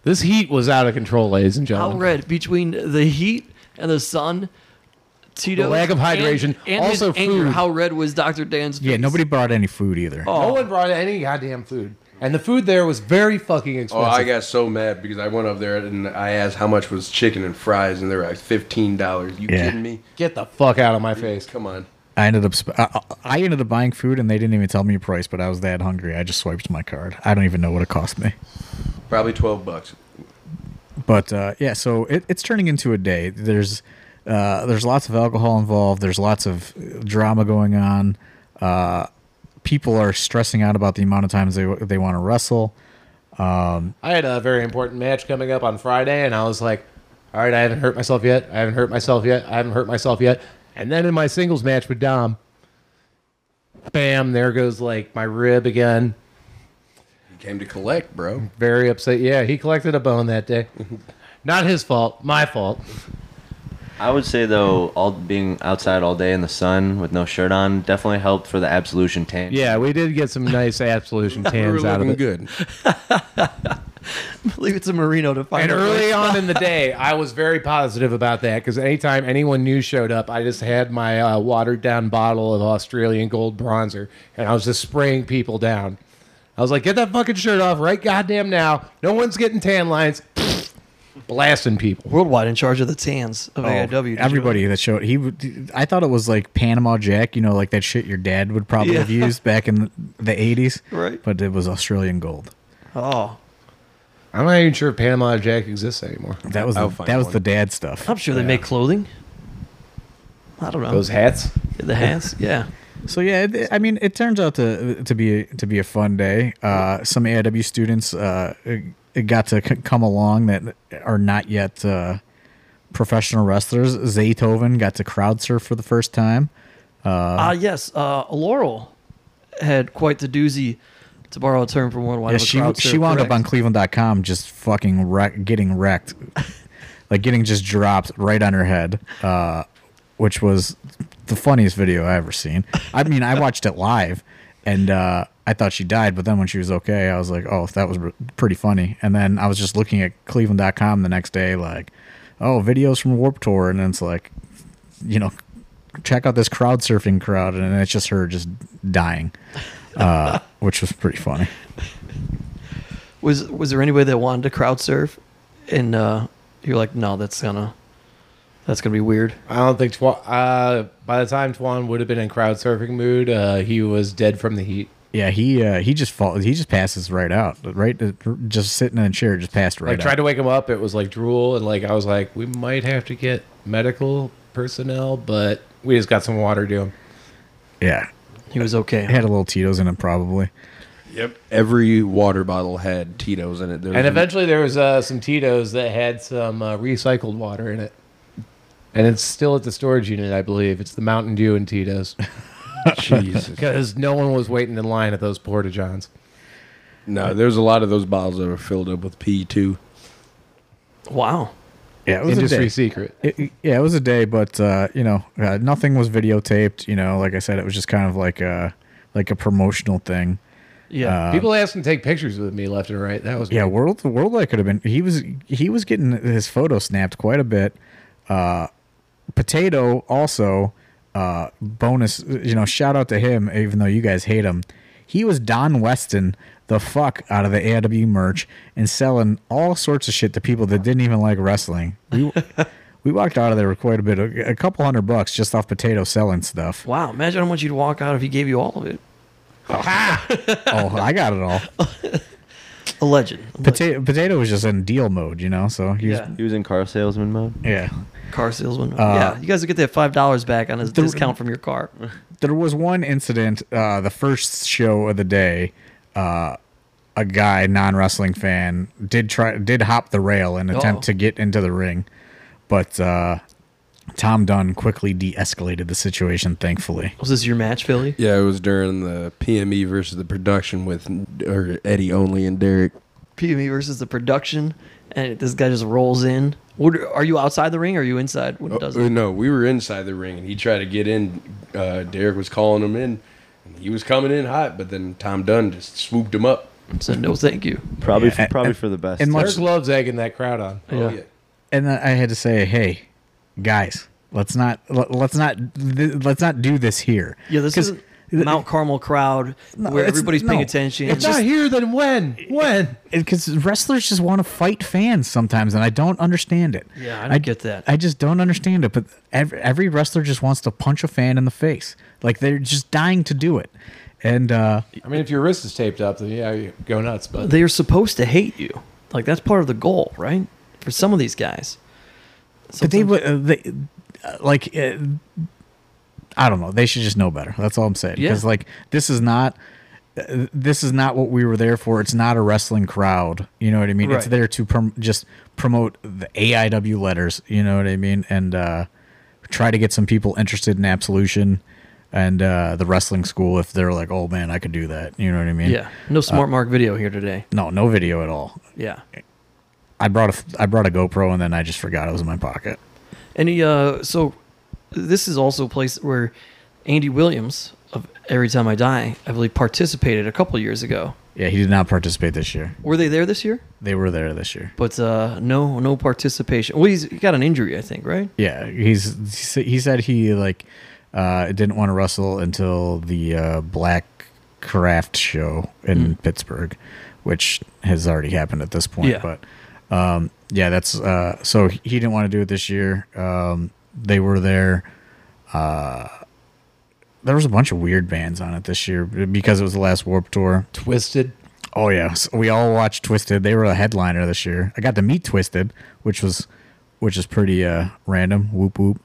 S1: This heat was out of control, ladies and
S2: How
S1: gentlemen.
S2: red between the heat and the sun? Tito,
S1: The lack of hydration,
S2: and, and his
S1: also
S2: anger,
S1: food.
S2: How red was Doctor Dan's? Face?
S3: Yeah, nobody brought any food either.
S1: No one brought any goddamn food, and the food there was very fucking
S4: Oh,
S1: expensive.
S4: I got so mad because I went up there and I asked how much was chicken and fries, and they were like fifteen dollars. You
S3: Yeah.
S4: kidding me?
S1: Get the fuck out of my face!
S4: Come on.
S3: I ended up sp- I, I I ended up buying food, and they didn't even tell me a price. But I was that hungry, I just swiped my card. I don't even know what it cost me.
S4: Probably twelve bucks.
S3: but uh, yeah, so it, it's turning into a day. There's uh, there's lots of alcohol involved. There's lots of drama going on. Uh, people are stressing out about the amount of times they they want to wrestle.
S1: I had a very important match coming up on Friday, and I was like, all right, I haven't hurt myself yet. I haven't hurt myself yet. I haven't hurt myself yet. And then in my singles match with Dom, Bam, there goes like my rib again.
S4: He came to collect, bro.
S1: Very upset. Yeah, he collected a bone that day. Not his fault, my fault.
S5: I would say though, all being outside all day in the sun with no shirt on definitely helped for the absolution tan.
S1: Yeah, we did get some nice absolution
S4: We were
S1: tans out of
S4: looking
S1: it.
S4: good.
S2: Leave it to Marino to find
S1: And
S2: out.
S1: early on in the day, I was very positive about that because anytime anyone new showed up, I just had my uh, watered down bottle of Australian gold bronzer and I was just spraying people down. I was like, get that fucking shirt off right goddamn now. No one's getting tan lines. Blasting people.
S2: worldwide in charge of the tans
S4: Oh,
S2: of AIW.
S3: Oh, Everybody that showed he, would- I thought it was like Panama Jack, you know, like that shit your dad would probably
S2: Yeah.
S3: have used back in the eighties.
S2: Right.
S3: But it was Australian gold.
S2: Oh,
S1: I'm not even sure if Panama Jack exists anymore.
S3: That was the,
S4: I'll find
S3: that was
S4: one.
S3: the dad stuff.
S2: I'm sure they make clothing. I don't know
S1: Those hats?
S2: the hats. Yeah,
S3: So yeah, it, I mean, it turns out to to be to be a fun day. Uh, some AIW students uh, got to c- come along that are not yet uh, professional wrestlers. Zaytoven got to crowd surf for the first time.
S2: Ah, yes. Uh, Laurel had quite the doozy, to borrow a term from Worldwide.
S3: Yeah,
S2: of a
S3: she
S2: crowd
S3: she
S2: surf,
S3: wound up on
S2: correct.
S3: Cleveland.com just fucking wreck, getting wrecked, like getting just dropped right on her head, uh, which was the funniest video I ever seen. I mean, I watched it live, and uh, I thought she died, but then when she was okay, I was like, oh, that was re- pretty funny. And then I was just looking at Cleveland.com the next day, like, oh, videos from Warp Tour, and it's like, you know, check out this crowd surfing crowd, and it's just her just dying. Uh, which was pretty funny.
S2: Was was there anybody that wanted to crowd surf, and uh, you're like, no, that's gonna, that's gonna be weird.
S1: I don't think Twan, uh, by the time Twan would have been in crowd surfing mood, uh, he was dead from the heat.
S3: Yeah, he uh, he just fall, he just passes right out, right? uh, Just sitting in a chair, just passed right
S1: Like, tried
S3: out.
S1: to wake him up. It was like drool. And like, I was like, we might have to get medical personnel, but we just got some water to him.
S3: yeah,
S2: He was okay.
S3: it had a little Tito's in it probably.
S4: Yep. Every water bottle had Tito's in it. There
S3: Mm-hmm.
S1: And
S4: was-
S1: eventually there was uh, some Tito's that had some uh, recycled water in it. And it's still at the storage unit, I believe. It's the Mountain Dew and Tito's
S4: Jesus.
S1: because no one was waiting in line at those Porta Johns.
S4: No, there's a lot of those bottles that were filled up with pee too.
S2: Wow.
S3: Yeah, it was a
S1: Industry
S3: day.
S1: secret.
S3: It- it- yeah, it was a day, but uh, you know, uh, nothing was videotaped. You know, like I said, it was just kind of like a like a promotional thing.
S2: Yeah.
S1: People asked him to take pictures with me left and right. That was
S3: Uh, Yeah,
S1: weird.
S3: world worldwide could have been. He was he was getting his photo snapped quite a bit. Uh, Potato also uh, bonus. You know, shout out to him, even though you guys hate him. He was Don Weston the fuck out of the AW merch and selling all sorts of shit to people that didn't even like wrestling. We we walked out of there with quite a bit, a, a couple hundred bucks just off Potato selling stuff.
S2: Wow. Imagine how much you'd walk out if he gave you all of it.
S3: oh, I got it all.
S2: A legend.
S3: Potato Potato was just in deal mode, you know. So he was,
S2: Yeah.
S5: He was in car salesman mode.
S3: yeah.
S2: Car salesman. yeah. You guys will get that five dollars back on his discount from your car.
S3: there was one incident uh, the first show of the day uh, a guy non-wrestling fan did try did hop the rail in attempt to get into the ring but uh, tom dunn quickly de-escalated the situation thankfully
S2: Was this your match, Philly?
S4: Yeah, it was during the PME versus the production with or Eddie only and Derek.
S2: PME versus the production, and this guy just rolls in. What, are you outside the ring? or Are you inside when it does
S4: Oh,
S2: it?
S4: no, we were inside the ring and he tried to get in. Uh, Derek was calling him in. And he was coming in hot, but then Tom Dunn just swooped him up.
S2: So no, thank you.
S5: Probably,
S3: Yeah,
S5: for, probably
S3: and-
S5: for the best.
S3: and
S1: Dirk
S3: much-
S1: loves egging that crowd on.
S4: Oh,
S2: Yeah.
S4: yeah.
S3: and then i had to say hey guys let's not let, let's not th- let's not do this here
S2: Yeah, this
S3: 'Cause
S2: is Mount Carmel crowd where
S3: it's-
S2: everybody's paying
S3: no.
S2: attention.
S1: If
S2: It's just
S1: not here, then when? When?
S3: because wrestlers just want to fight fans sometimes, and I don't understand it.
S2: Yeah, I don't get that.
S3: I just don't understand it. But every, every wrestler just wants to punch a fan in the face, like they're just dying to do it. And uh,
S1: I mean, if your wrist is taped up, then yeah, you go nuts. But
S2: they are supposed to hate you. Like that's part of the goal, right? For some of these guys.
S3: but they
S2: Sometimes-
S3: would uh, they uh, like uh, I don't know. They should just know better. That's all I'm saying.
S2: Yeah.
S3: Because like this is not. uh, This is not what we were there for. It's not a wrestling crowd. You know what I mean? It's
S2: Right.
S3: there to prom- just promote the AIW letters. You know what I mean? And uh, try to get some people interested in Absolution. and uh, the wrestling school if they're like, oh man, I could do that. You know what I mean?
S2: Yeah. No smart mark video here today.
S3: No, no video at all.
S2: Yeah.
S3: I brought a I brought a GoPro and then I just forgot it was in my pocket.
S2: Any uh so this is also a place where Andy Williams of Every Time I Die, I believe participated a couple years ago.
S3: Yeah, he did not participate this year.
S2: Were they there this year?
S3: They were there this year.
S2: But uh no no participation. Well, he's he got an injury, I think, right?
S3: Yeah, he's he sa- he said he like uh, didn't want to wrestle until the uh, Black Craft show in Pittsburgh, which has already happened at this point.
S2: Yeah.
S3: But um, yeah, that's uh, so he didn't want to do it this year. Um, they were there. Uh, there was a bunch of weird bands on it this year because it was the last Warp Tour.
S1: Twisted.
S3: Oh yeah, so we all watched Twisted. They were a headliner this year. I got to meet Twisted, which was which is pretty uh random. Whoop whoop.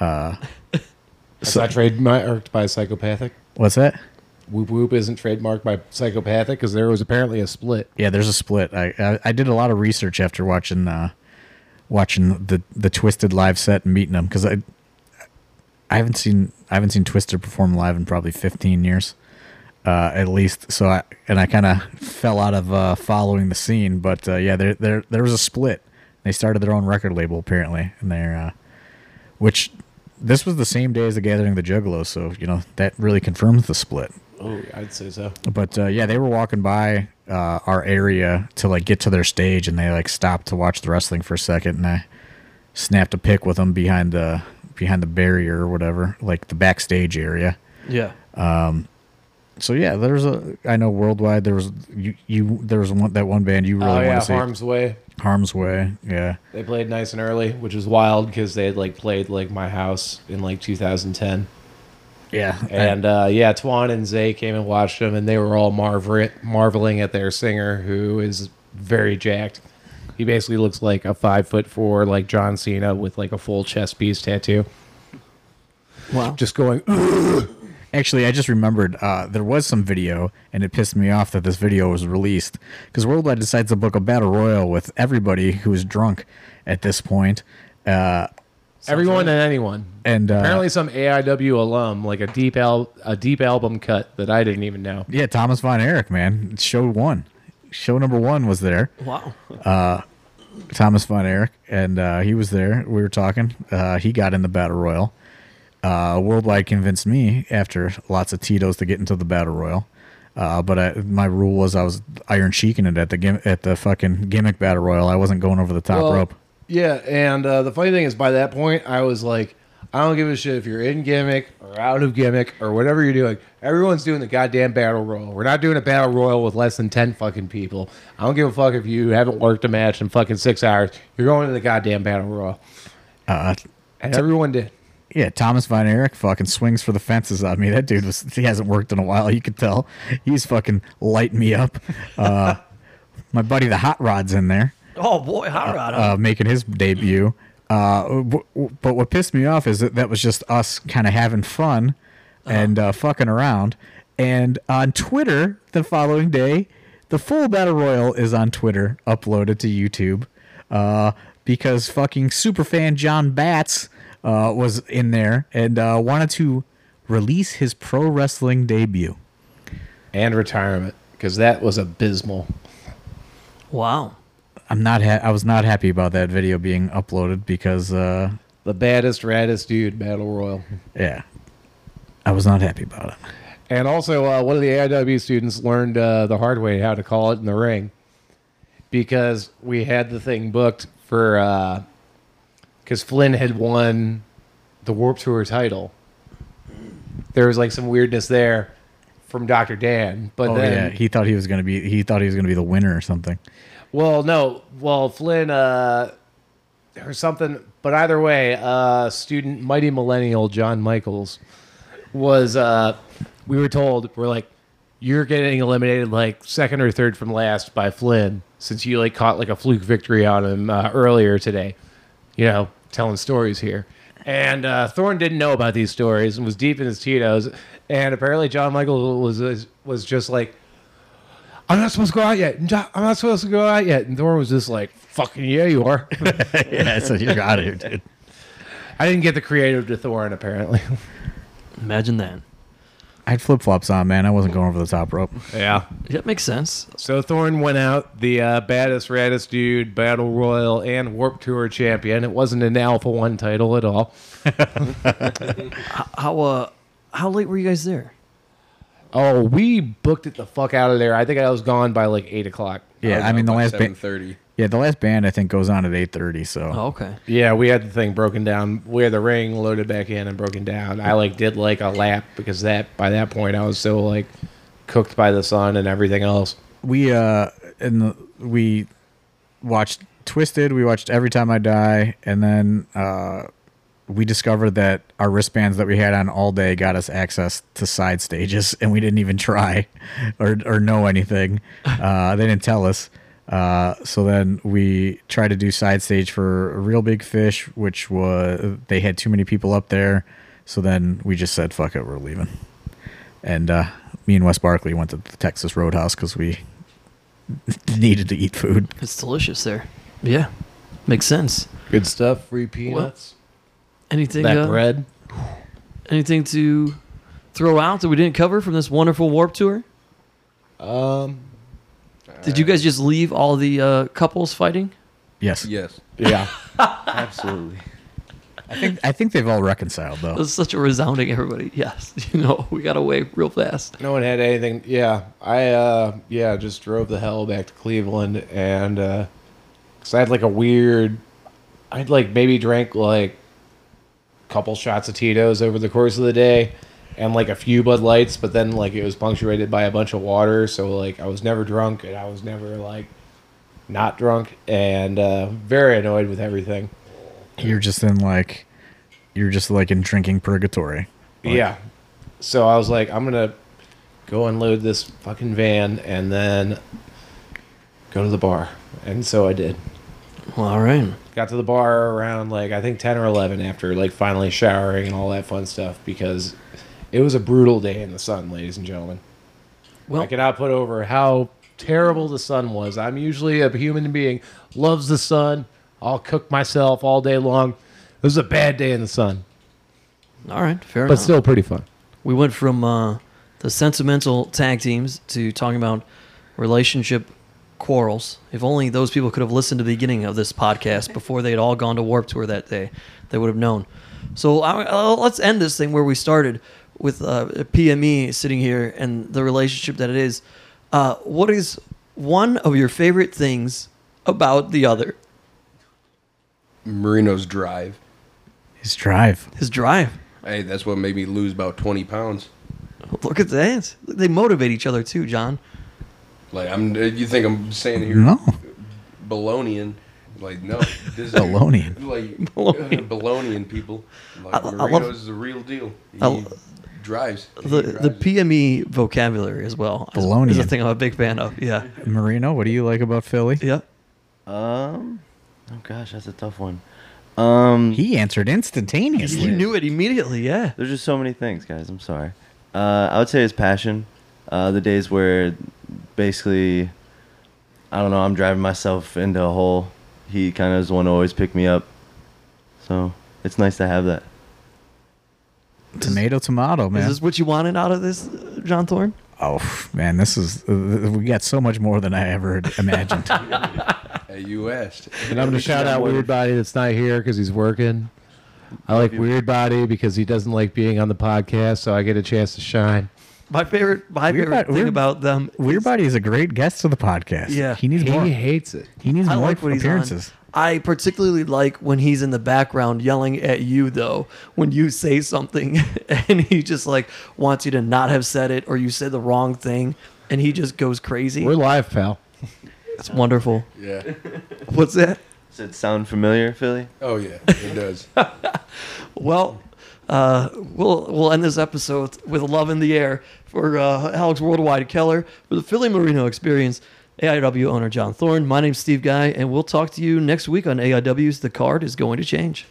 S1: It's not trademarked by psychopathic.
S3: What's that?
S1: Whoop whoop isn't trademarked by psychopathic because there was apparently a split.
S3: Yeah, there's a split. I, I I did a lot of research after watching uh watching the the Twisted live set and meeting them because I I haven't seen I haven't seen Twisted perform live in probably 15 years. Uh, at least, so I and I kind of fell out of uh, following the scene, but uh, yeah, there there there was a split. They started their own record label apparently, and they're uh, which this was the same day as the Gathering of the Juggalos, so you know that really confirms the split
S1: Oh, I'd say so.
S3: but uh, yeah, they were walking by uh, our area to like get to their stage, and they like stopped to watch the wrestling for a second, and I snapped a pic with them behind the behind the barrier or whatever, like the backstage area.
S2: Yeah.
S3: So yeah, there's a I know worldwide there was you, you there was one that one band you really
S1: oh
S3: want
S1: yeah,
S3: to see
S1: harm's way.
S3: Harm's Way, yeah,
S1: They played nice and early, which is wild because they had like played like my house in like 2010.
S3: yeah,
S1: And uh, yeah, Twan and Zay came and watched them, and they were all marvel- marveling at their singer, who is very jacked. He basically looks like a five foot four, like John Cena, with like a full chest piece tattoo.
S2: Wow.
S1: Just going,
S3: Actually, I just remembered uh, there was some video, and it pissed me off that this video was released because Worldwide decides to book a battle royal with everybody who is drunk at this point. Uh,
S1: everyone and anyone.
S3: and uh,
S1: Apparently, some AIW alum, like a deep al- a deep album cut that I didn't even know.
S3: yeah, Thomas Von Erich, man, show one, show number one was there.
S2: wow.
S3: Thomas Von Erich, and uh, he was there. We were talking. Uh, he got in the battle royal. Uh, Worldwide convinced me after lots of Tito's to get into the battle royal. Uh, but I, my rule was I was iron cheeking it at the gim- at the fucking gimmick battle royal. I wasn't going over the top
S1: Well,
S3: rope.
S1: Yeah, and uh, the funny thing is, by that point, I was like, I don't give a shit if you're in gimmick or out of gimmick or whatever you're doing. Everyone's doing the goddamn battle royal. We're not doing a battle royal with less than ten fucking people. I don't give a fuck if you haven't worked a match in fucking six hours. You're going to the goddamn battle royal,
S3: Uh,
S1: and everyone did.
S3: yeah, Thomas Von Erich fucking swings for the fences on me. That dude was he hasn't worked in a while. You could tell he's fucking lighting me up. Uh, my buddy the Hot Rod's in there.
S2: Oh boy, hot rod. huh?
S3: uh, making his debut. Uh, w- w- but what pissed me off is that that was just us kind of having fun and uh, fucking around. And on Twitter, the following day, the full battle royal is on Twitter, uploaded to YouTube, uh, because fucking superfan John Batts uh, was in there and uh, wanted to release his pro wrestling debut.
S1: And retirement because that was abysmal.
S2: wow.
S3: I'm not. Ha- I was not happy about that video being uploaded because. Uh,
S1: The baddest, raddest dude battle royal.
S3: Yeah. I was not happy about it.
S1: And also, uh, one of the AIW students learned uh, the hard way how to call it in the ring because we had the thing booked for because Flynn had won the Warp Tour title. There was like some weirdness there from Dr. Dan, but
S3: Oh yeah,
S1: then
S3: he thought he was going to be he thought he was going to be the winner or something.
S1: Well, no. Well, Flynn uh, or something. But either way, uh, student mighty millennial John Michaels was. Uh, we were told we're like, you're getting eliminated like second or third from last by Flynn since you like caught like a fluke victory on him uh, earlier today. You know, telling stories here. And uh, Thorne didn't know about these stories and was deep in his Tito's. And apparently, John Michael was was, was just like, I'm not supposed to go out yet. Jo- I'm not supposed to go out yet. And Thor was just like, fucking yeah, you are.
S3: yeah, so you got it, dude.
S1: I didn't get the creative to Thorin, apparently.
S2: Imagine that.
S3: I had flip flops on, man. I wasn't going over the top rope.
S1: Yeah.
S2: That makes sense.
S1: So Thorne went out the uh, baddest, raddest dude, battle royal, and warp tour champion. It wasn't an Alpha One title at all.
S2: How uh, how late were you guys there?
S1: Oh, we booked it the fuck out of there. I think I was gone by like eight o'clock.
S3: Yeah, I, mean the last
S4: seven
S3: band.
S4: thirty.
S3: Yeah, the last band I think goes on at eight thirty. So
S2: Oh, okay.
S1: Yeah, we had the thing broken down. We had the ring loaded back in and broken down. I like did like a lap because that by that point I was so like cooked by the sun and everything else.
S3: we uh and the, we watched Twisted. We watched Every Time I Die, and then uh we discovered that our wristbands that we had on all day got us access to side stages, and we didn't even try or or know anything. Uh, they didn't tell us. Uh, so then we tried to do side stage for a real big fish, which was they had too many people up there. So then we just said, "Fuck it, we're leaving." And uh, me and Wes Barkley went to the Texas Roadhouse because we needed to eat food.
S2: It's delicious there. Yeah, makes sense.
S1: Good stuff. Free
S2: peanuts. Anything
S1: That
S2: uh,
S1: bread.
S2: anything to throw out that we didn't cover from this wonderful warp tour?
S1: Um.
S2: Did you guys just leave all the uh, couples fighting?
S3: Yes,
S4: Yes.
S1: Yeah.
S5: Absolutely.
S3: I think I think they've all reconciled
S2: It
S3: though.
S2: was such a resounding everybody. Yes, you know we got away real fast.
S1: No one had anything. Yeah, I uh yeah just drove the hell back to Cleveland and uh 'cause I had like a weird, I'd like maybe drank like a couple shots of Tito's over the course of the day, and like a few Bud Lights, but then like it was punctuated by a bunch of water, so like I was never drunk and I was never like not drunk and uh very annoyed with everything.
S3: You're just in like, you're just like in drinking purgatory.
S1: yeah. So I was like, I'm gonna go unload this fucking van and then go to the bar. And so I did.
S2: Well, all right.
S1: Got to the bar around like I think ten or eleven after like finally showering and all that fun stuff because it was a brutal day in the sun, ladies and gentlemen.
S2: Well,
S1: I cannot put over how terrible the sun was. I'm usually a human being loves the sun. I'll cook myself all day long. This was a bad day in the sun,
S2: all right. Fair
S1: but
S2: enough.
S1: still pretty fun.
S2: we went from uh, the sentimental tag teams to talking about relationship quarrels. If only those people could have listened to the beginning of this podcast before they had all gone to Warp Tour that day, they would have known. So I, uh, let's end this thing where we started with uh, PME sitting here and the relationship that it is. Uh, what is one of your favorite things about the other?
S4: Marino's drive.
S3: His drive.
S2: His drive.
S4: Hey, that's what made me lose about twenty pounds.
S2: Look at that. They motivate each other too, John.
S4: Like I'm. You think I'm saying here?
S3: No,
S4: Balonian. Like no, this
S3: Balonian.
S4: Like
S2: Balonian.
S4: Balonian, Balonian people. Like
S2: I- I love-
S4: Marino's is the real deal. He
S2: I-
S4: drives. He
S2: the the
S4: drives.
S2: PME vocabulary as well. is- is a
S3: Baloney.
S2: thing I'm a big fan of. Yeah,
S3: Marino. What do you like about Philly?
S2: yeah.
S5: Um. Oh gosh, that's a tough one. Um.
S3: He answered instantaneously.
S2: You knew it immediately. Yeah.
S5: There's just so many things, guys. I'm sorry. Uh, I would say it's passion. Uh, the days where basically, I don't know, I'm driving myself into a hole. He kind of is the one to always pick me up. So it's nice to have that.
S3: Tomato, tomato,
S2: Is
S3: man.
S2: this what you wanted out of this, uh, John Thorne?
S3: oh man, this is uh, we got so much more than I ever had imagined.
S4: Hey, you asked.
S1: And I'm gonna shout out Weird Body that's not here because he's working. I like Weird Body because he doesn't like being on the podcast, so I get a chance to shine.
S2: My favorite, my
S3: Weird
S2: favorite
S3: Bo-
S2: thing
S3: Weird-
S2: about them.
S3: Weird Body is a great guest to the podcast.
S2: Yeah.
S3: he needs
S1: He
S3: more.
S1: hates it.
S3: He needs
S2: I
S3: more
S2: like what he's on.
S3: appearances.
S2: I particularly like when he's in the background yelling at you, though, when you say something and he just like wants you to not have said it or you said the wrong thing and he just goes crazy.
S1: We're live, pal.
S2: It's wonderful.
S4: Yeah.
S2: What's that?
S5: Does it sound familiar, Philly?
S4: Oh yeah, it does.
S2: Well, uh, we'll we'll end this episode with love in the air for uh, Alex Worldwide Keller for the Philly Marino Experience. AIW owner John Thorne. My name's Steve Guy, and we'll talk to you next week on AIW's The Card is Going to Change.